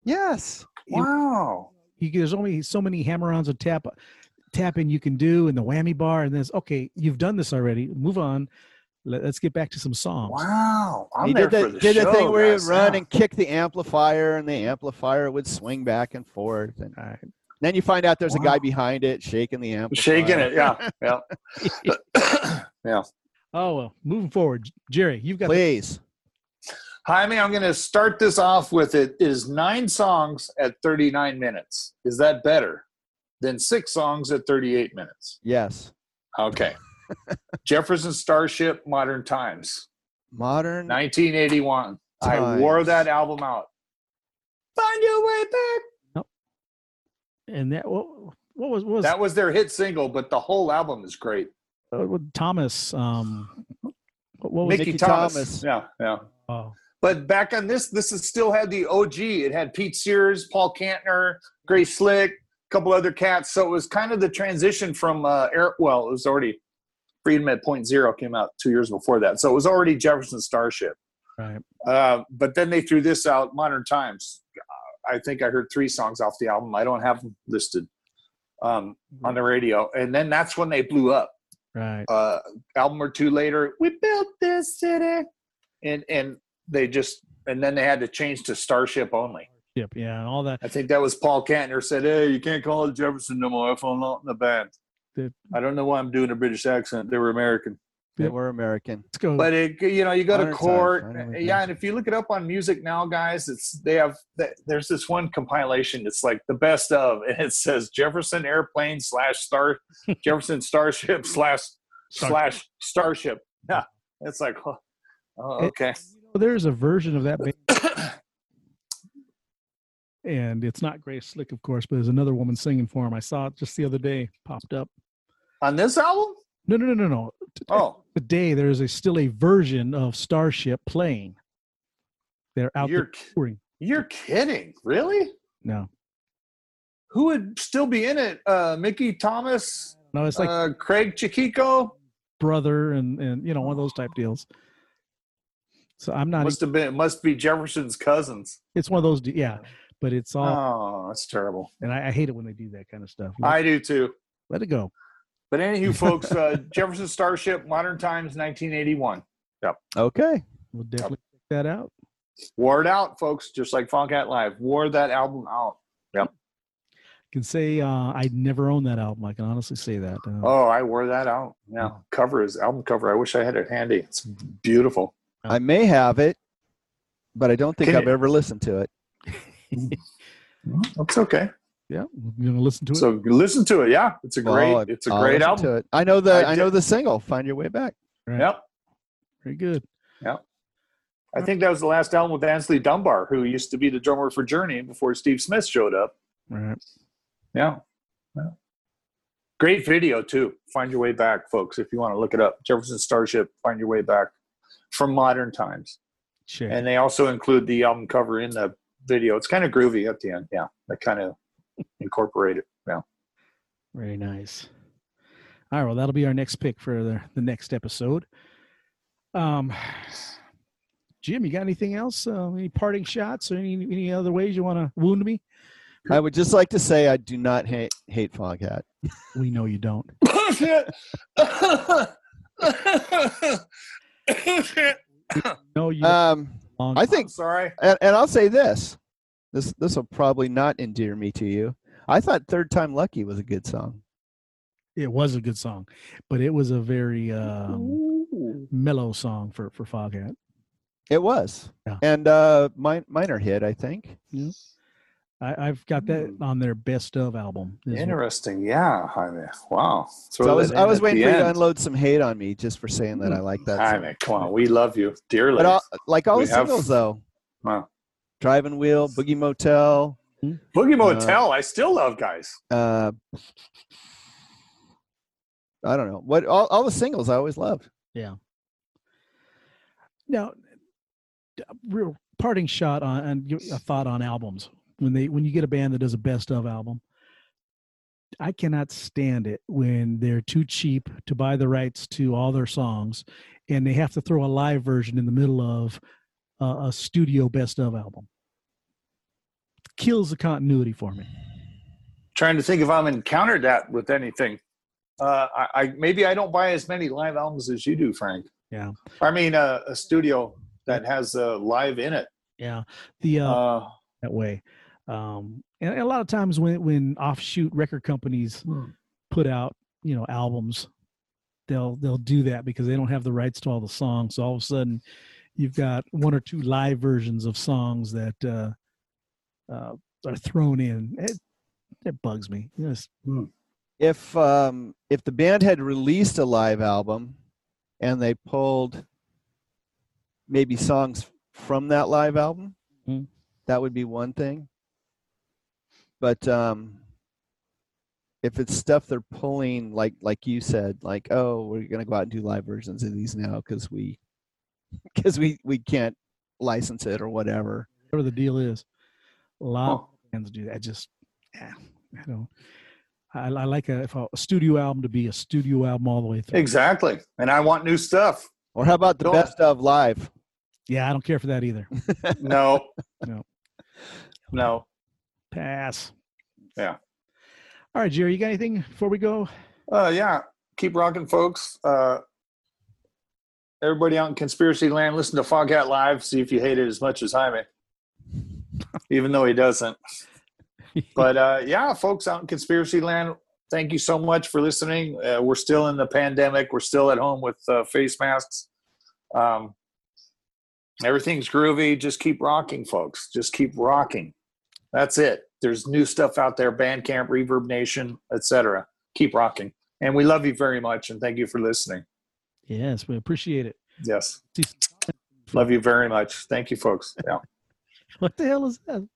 [SPEAKER 2] Yes.
[SPEAKER 4] Wow.
[SPEAKER 3] You, there's only so many hammer-ons of tap tapping you can do, and the whammy bar, and this. Okay, you've done this already. Move on. Let, us get back to some songs.
[SPEAKER 4] Wow. I'm
[SPEAKER 2] he
[SPEAKER 4] there
[SPEAKER 2] did
[SPEAKER 4] for
[SPEAKER 2] that
[SPEAKER 4] the
[SPEAKER 2] did
[SPEAKER 4] show,
[SPEAKER 2] the thing where he would
[SPEAKER 4] guys.
[SPEAKER 2] run
[SPEAKER 4] Yeah.
[SPEAKER 2] and kick the amplifier, and the amplifier would swing back and forth. And
[SPEAKER 3] All right.
[SPEAKER 2] then you find out there's a
[SPEAKER 4] Wow.
[SPEAKER 2] guy behind it shaking the amplifier.
[SPEAKER 4] shaking it. Yeah,
[SPEAKER 2] <laughs>
[SPEAKER 4] yeah, <clears throat> yeah.
[SPEAKER 3] Oh well, moving forward, Jerry, you've got. the-
[SPEAKER 2] Please.
[SPEAKER 4] Jaime, I'm going to start this off with it is nine songs at 39 minutes. Is that better? than six songs at 38 minutes.
[SPEAKER 2] Yes.
[SPEAKER 4] Okay. Jefferson Starship Modern Times,
[SPEAKER 2] Modern.
[SPEAKER 4] 1981. I wore
[SPEAKER 2] Times.
[SPEAKER 4] that album out. Find your way back.
[SPEAKER 3] And that what, what was what was
[SPEAKER 4] That was their hit single, but the whole album is great.
[SPEAKER 3] uh, with Thomas? Um, what, what was
[SPEAKER 4] Mickey,
[SPEAKER 2] Mickey
[SPEAKER 4] Thomas.
[SPEAKER 2] Thomas.
[SPEAKER 4] Yeah, yeah.
[SPEAKER 3] oh,
[SPEAKER 4] But back on this, this is still had the OG. It had Pete Sears, Paul Kantner, Gray Slick, a couple other cats. So it was kind of the transition from uh, Air. Well, it was already Freedom at Point Zero came out two years before that. So it was already Jefferson Starship.
[SPEAKER 3] right.
[SPEAKER 4] Uh, but then they threw this out, Modern Times. I think I heard three songs off the album. I don't have them listed um, on the radio. And then that's when they blew up
[SPEAKER 3] Right.
[SPEAKER 4] uh, album or two later, we built this city, and and they just and then they had to change to Starship only.
[SPEAKER 3] Yep. Yeah. And all that.
[SPEAKER 4] I think that was Paul Kantner said, "Hey, you can't call it Jefferson no more. If I'm not in the band,
[SPEAKER 3] That-
[SPEAKER 4] I don't know why I'm doing a British accent. They were American,
[SPEAKER 2] They were American.
[SPEAKER 3] Let's go.
[SPEAKER 4] but it, you know, you go to
[SPEAKER 2] Hmm. Modern times,
[SPEAKER 4] court,
[SPEAKER 2] I know what
[SPEAKER 4] yeah.
[SPEAKER 2] it
[SPEAKER 4] And if you look it up on music now, guys, it's they have th- there's this one compilation. It's like the best of, and it says Jefferson Airplane slash
[SPEAKER 2] <laughs>
[SPEAKER 4] Star Jefferson Starship slash
[SPEAKER 3] Star-
[SPEAKER 4] slash Starship. <laughs> Yeah, it's like, huh, oh,
[SPEAKER 3] It- <coughs>
[SPEAKER 4] okay.
[SPEAKER 3] Well, there's a version of that band. and it's not Grace Slick, of course, but there's another woman singing for him. I saw it just the other day, popped up.
[SPEAKER 4] On this album,
[SPEAKER 3] No, no, no, no, no. T-
[SPEAKER 4] oh,
[SPEAKER 3] Today there is a still a version of Starship playing. They're out
[SPEAKER 4] you're
[SPEAKER 3] there touring.
[SPEAKER 4] you're kidding, really?
[SPEAKER 3] No.
[SPEAKER 4] Who would still be in it? Uh, Mickey Thomas,
[SPEAKER 3] No, it's like
[SPEAKER 4] uh, Craig Chiquico
[SPEAKER 3] brother and and you know, one of those type deals. So I'm not e,
[SPEAKER 4] must have been must be Jefferson's cousins.
[SPEAKER 3] it's one of those de- yeah. But it's all
[SPEAKER 4] Oh, that's terrible.
[SPEAKER 3] and I, I hate it when they do that kind of stuff. Let,
[SPEAKER 4] I do too.
[SPEAKER 3] let it go.
[SPEAKER 4] But anywho,
[SPEAKER 3] <laughs>
[SPEAKER 4] folks, uh, Jefferson Starship, Modern Times, 1981.
[SPEAKER 2] Okay.
[SPEAKER 3] We'll definitely check that out.
[SPEAKER 4] Wore it out, folks, just like Funk Hat Live. Wore that album out.
[SPEAKER 3] can say uh, I never owned that album. I can honestly say that. Uh,
[SPEAKER 4] Oh, I wore that out. Yeah, cover is album cover. I wish I had it handy. It's beautiful.
[SPEAKER 2] I may have it, but I don't think
[SPEAKER 4] Can
[SPEAKER 2] I've
[SPEAKER 4] it-
[SPEAKER 2] ever listened to it.
[SPEAKER 4] That's okay.
[SPEAKER 3] Yeah, you gonna listen to it?
[SPEAKER 4] So listen to it. Yeah, it's a great.
[SPEAKER 2] Well, I-
[SPEAKER 4] it's a
[SPEAKER 2] I'll
[SPEAKER 4] great
[SPEAKER 2] listen
[SPEAKER 4] album.
[SPEAKER 2] to it. I know the
[SPEAKER 4] I
[SPEAKER 2] I, know the single. Find your way back.
[SPEAKER 4] Yep.
[SPEAKER 3] Very good.
[SPEAKER 4] I think that was the last album with Ansley Dunbar, who used to be the drummer for Journey before Steve Smith showed up.
[SPEAKER 3] All right.
[SPEAKER 4] Yeah. Yeah. Great video too. Find your way back, folks. If you want to look it up, Jefferson Starship. Find your way back from modern times,
[SPEAKER 3] Check.
[SPEAKER 4] and they also include the album cover in the video. It's kind of groovy at the end. Yeah, they kind of incorporate it. Yeah.
[SPEAKER 3] Very nice. All right. Well, that'll be our next pick for the, the next episode. Um, Jim, you got anything else? Uh, any parting shots or any any other ways you want to wound me?
[SPEAKER 2] I would just like to say I do not hate hate Foghat.
[SPEAKER 3] We know you don't. No, you. don't.
[SPEAKER 2] Um,
[SPEAKER 3] Long-
[SPEAKER 2] I think
[SPEAKER 4] I'm sorry.
[SPEAKER 2] and, and I'll say this. This this will probably not endear me to you. I thought Third Time Lucky was a good song.
[SPEAKER 3] it was a good song, but it was a very um, mellow song for for Foghat.
[SPEAKER 2] It was.
[SPEAKER 3] Yeah.
[SPEAKER 2] And uh min- minor hit, I think.
[SPEAKER 3] I, I've got that
[SPEAKER 2] Hmm.
[SPEAKER 3] on their best of album. is what-
[SPEAKER 4] Interesting. Yeah, Jaime. Wow.
[SPEAKER 2] So I was, I was waiting for you to
[SPEAKER 4] unload.
[SPEAKER 2] unload some hate on me just for saying that I like that song.
[SPEAKER 4] Jaime, come on. We love you dearly.
[SPEAKER 2] But all, like all
[SPEAKER 4] We
[SPEAKER 2] the
[SPEAKER 4] have-
[SPEAKER 2] singles though.
[SPEAKER 4] Wow.
[SPEAKER 2] Driving Wheel, Boogie Motel,
[SPEAKER 4] Boogie Motel, I still love guys.
[SPEAKER 2] uh I don't know. What all, all the singles I always loved.
[SPEAKER 3] Now, d- real parting shot on and your- a thought on albums when they when you get a band that does a best of album. I cannot stand it when they're too cheap to buy the rights to all their songs, and they have to throw a live version in the middle of uh, a studio best of album. Kills the continuity for me.
[SPEAKER 4] Trying to think if I'm encountered that with anything. Uh, I, I maybe I don't buy as many live albums as you do, Frank.
[SPEAKER 3] Yeah.
[SPEAKER 4] I mean, uh, a studio that has uh, live in it.
[SPEAKER 3] Yeah, the
[SPEAKER 2] Oh,
[SPEAKER 3] uh,
[SPEAKER 4] Uh,
[SPEAKER 3] that way. Um, and, and a lot of times when when offshoot record companies put out you know albums, they'll they'll do that because they don't have the rights to all the songs. So all of a sudden, you've got one or two live versions of songs that uh, uh, are thrown in. It, That bugs me. Yes.
[SPEAKER 2] if um, if the band had released a live album and they pulled maybe songs from that live album
[SPEAKER 3] Mhm.
[SPEAKER 2] that would be one thing but um, if it's stuff they're pulling like like you said like oh we're gonna go out and do live versions of these now because we <laughs> because we we can't license it or whatever
[SPEAKER 3] Whatever the deal is, a lot
[SPEAKER 4] Huh.
[SPEAKER 3] of bands do that. I just, yeah, I don't. I, I like a, if a studio album to be a studio album all the way through.
[SPEAKER 4] Exactly. And I want new stuff.
[SPEAKER 2] or how about the
[SPEAKER 4] Don't-
[SPEAKER 2] best of live
[SPEAKER 3] Yeah, I don't care for that either.
[SPEAKER 2] <laughs>
[SPEAKER 4] No.
[SPEAKER 3] No.
[SPEAKER 4] No.
[SPEAKER 3] Pass.
[SPEAKER 4] Yeah.
[SPEAKER 3] All right, Jerry, you got anything before we go?
[SPEAKER 4] Uh, yeah. Keep rocking, folks. Uh, everybody out in conspiracy land, listen to Foghat Live. See if you hate it as much as I may. Even though he doesn't. But uh, yeah, folks out in conspiracy land, thank you so much for listening. Uh, we're still in the pandemic. We're still at home with uh, face masks. Um, everything's groovy. Just keep rocking, folks. Just keep rocking. That's it. There's new stuff out there: Bandcamp, Reverb Nation, etc. Keep rocking, and we love you very much, and thank you for listening.
[SPEAKER 3] Yes, we appreciate it. <laughs>
[SPEAKER 4] Yes,
[SPEAKER 3] See,
[SPEAKER 4] love you very much. Thank you, folks. Yeah.
[SPEAKER 3] What the hell is that?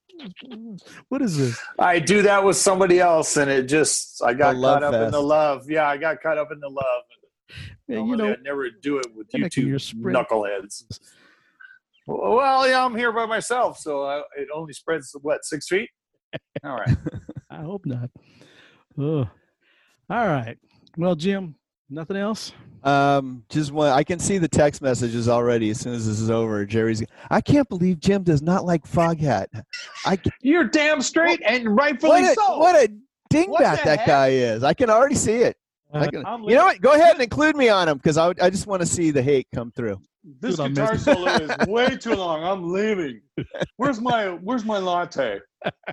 [SPEAKER 3] What is this?
[SPEAKER 4] I do that with somebody else, and it just I got
[SPEAKER 2] The love
[SPEAKER 4] caught up in
[SPEAKER 2] fest.
[SPEAKER 4] the love. Yeah, I got caught up in the love.
[SPEAKER 3] Yeah, you
[SPEAKER 4] Normally,
[SPEAKER 3] know,
[SPEAKER 4] I'd never do it with you
[SPEAKER 3] connecting
[SPEAKER 4] two
[SPEAKER 3] your spread.
[SPEAKER 4] knuckleheads. Well, yeah, I'm here by myself, so I, it only spreads what six feet.
[SPEAKER 2] <laughs>
[SPEAKER 4] All right,
[SPEAKER 3] I hope not. Ugh. All right. Well, Jim, nothing else?
[SPEAKER 2] Um, just one. I can see the text messages already. As soon as this is over, Jerry's. I can't believe Jim does not like Foghat. I c-
[SPEAKER 4] you're damn straight, and rightfully
[SPEAKER 2] what a,
[SPEAKER 4] so.
[SPEAKER 2] what a dingbat
[SPEAKER 4] What the
[SPEAKER 2] that
[SPEAKER 4] heck?
[SPEAKER 2] guy is. I can already see it. I
[SPEAKER 3] Uh,
[SPEAKER 2] can,
[SPEAKER 4] I'm
[SPEAKER 2] you know what? Go ahead and include me on him because I, would- I just want to see the hate come through.
[SPEAKER 4] this
[SPEAKER 3] Dude, I'm
[SPEAKER 4] guitar
[SPEAKER 3] missing-
[SPEAKER 4] solo is <laughs> way too long. I'm leaving. Where's my Where's my latte?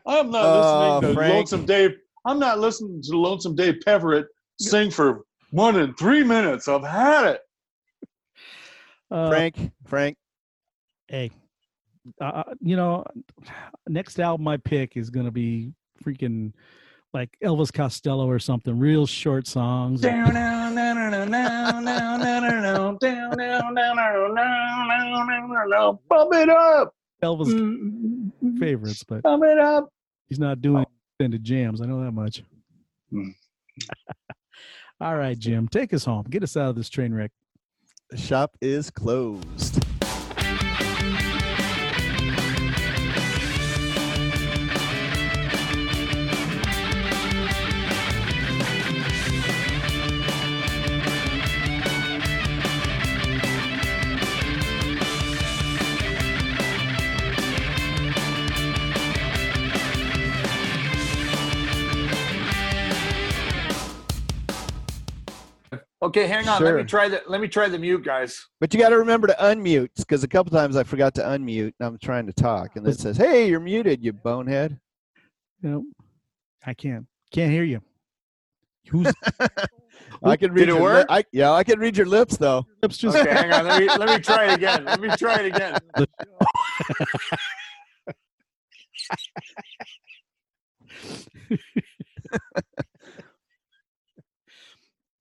[SPEAKER 4] I'm not
[SPEAKER 2] Oh,
[SPEAKER 4] listening to
[SPEAKER 2] Frank.
[SPEAKER 4] Lonesome Dave. I'm not listening to Lonesome Dave Peverett sing for one and three minutes. I've had it.
[SPEAKER 3] uh,
[SPEAKER 2] Frank, Frank,
[SPEAKER 3] Hey, uh, you know, next album I pick is going to be freaking like Elvis Costello or something, real short songs.
[SPEAKER 4] <laughs> Down, down, down, down, down, down, down, down, down, down, down, down, down, down, down, down, down. Bump it up.
[SPEAKER 3] Elvis
[SPEAKER 4] Mm. Bump
[SPEAKER 3] favorites, but
[SPEAKER 4] it up.
[SPEAKER 3] he's not
[SPEAKER 2] Oh.
[SPEAKER 3] doing extended jams. I know that much.
[SPEAKER 4] Hmm.
[SPEAKER 3] <laughs> All right, Jim, take us home. Get us out of this train wreck.
[SPEAKER 2] the shop is closed.
[SPEAKER 4] Okay, hang on. Let
[SPEAKER 2] Sure.
[SPEAKER 4] me try the let me try the mute, <laughs> guys.
[SPEAKER 2] But you got to remember to unmute because a couple times I forgot to unmute and I'm trying to talk and it says, "Hey, you're muted, you bonehead."
[SPEAKER 3] You know, I can't. Can't hear you. Who's
[SPEAKER 2] <laughs> I can read
[SPEAKER 4] it
[SPEAKER 2] your li-
[SPEAKER 4] work?
[SPEAKER 2] I, yeah, I can read your lips though.
[SPEAKER 3] lips just
[SPEAKER 4] Okay, hang on. Let me let me try it again. Let me try it again.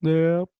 [SPEAKER 3] Yep.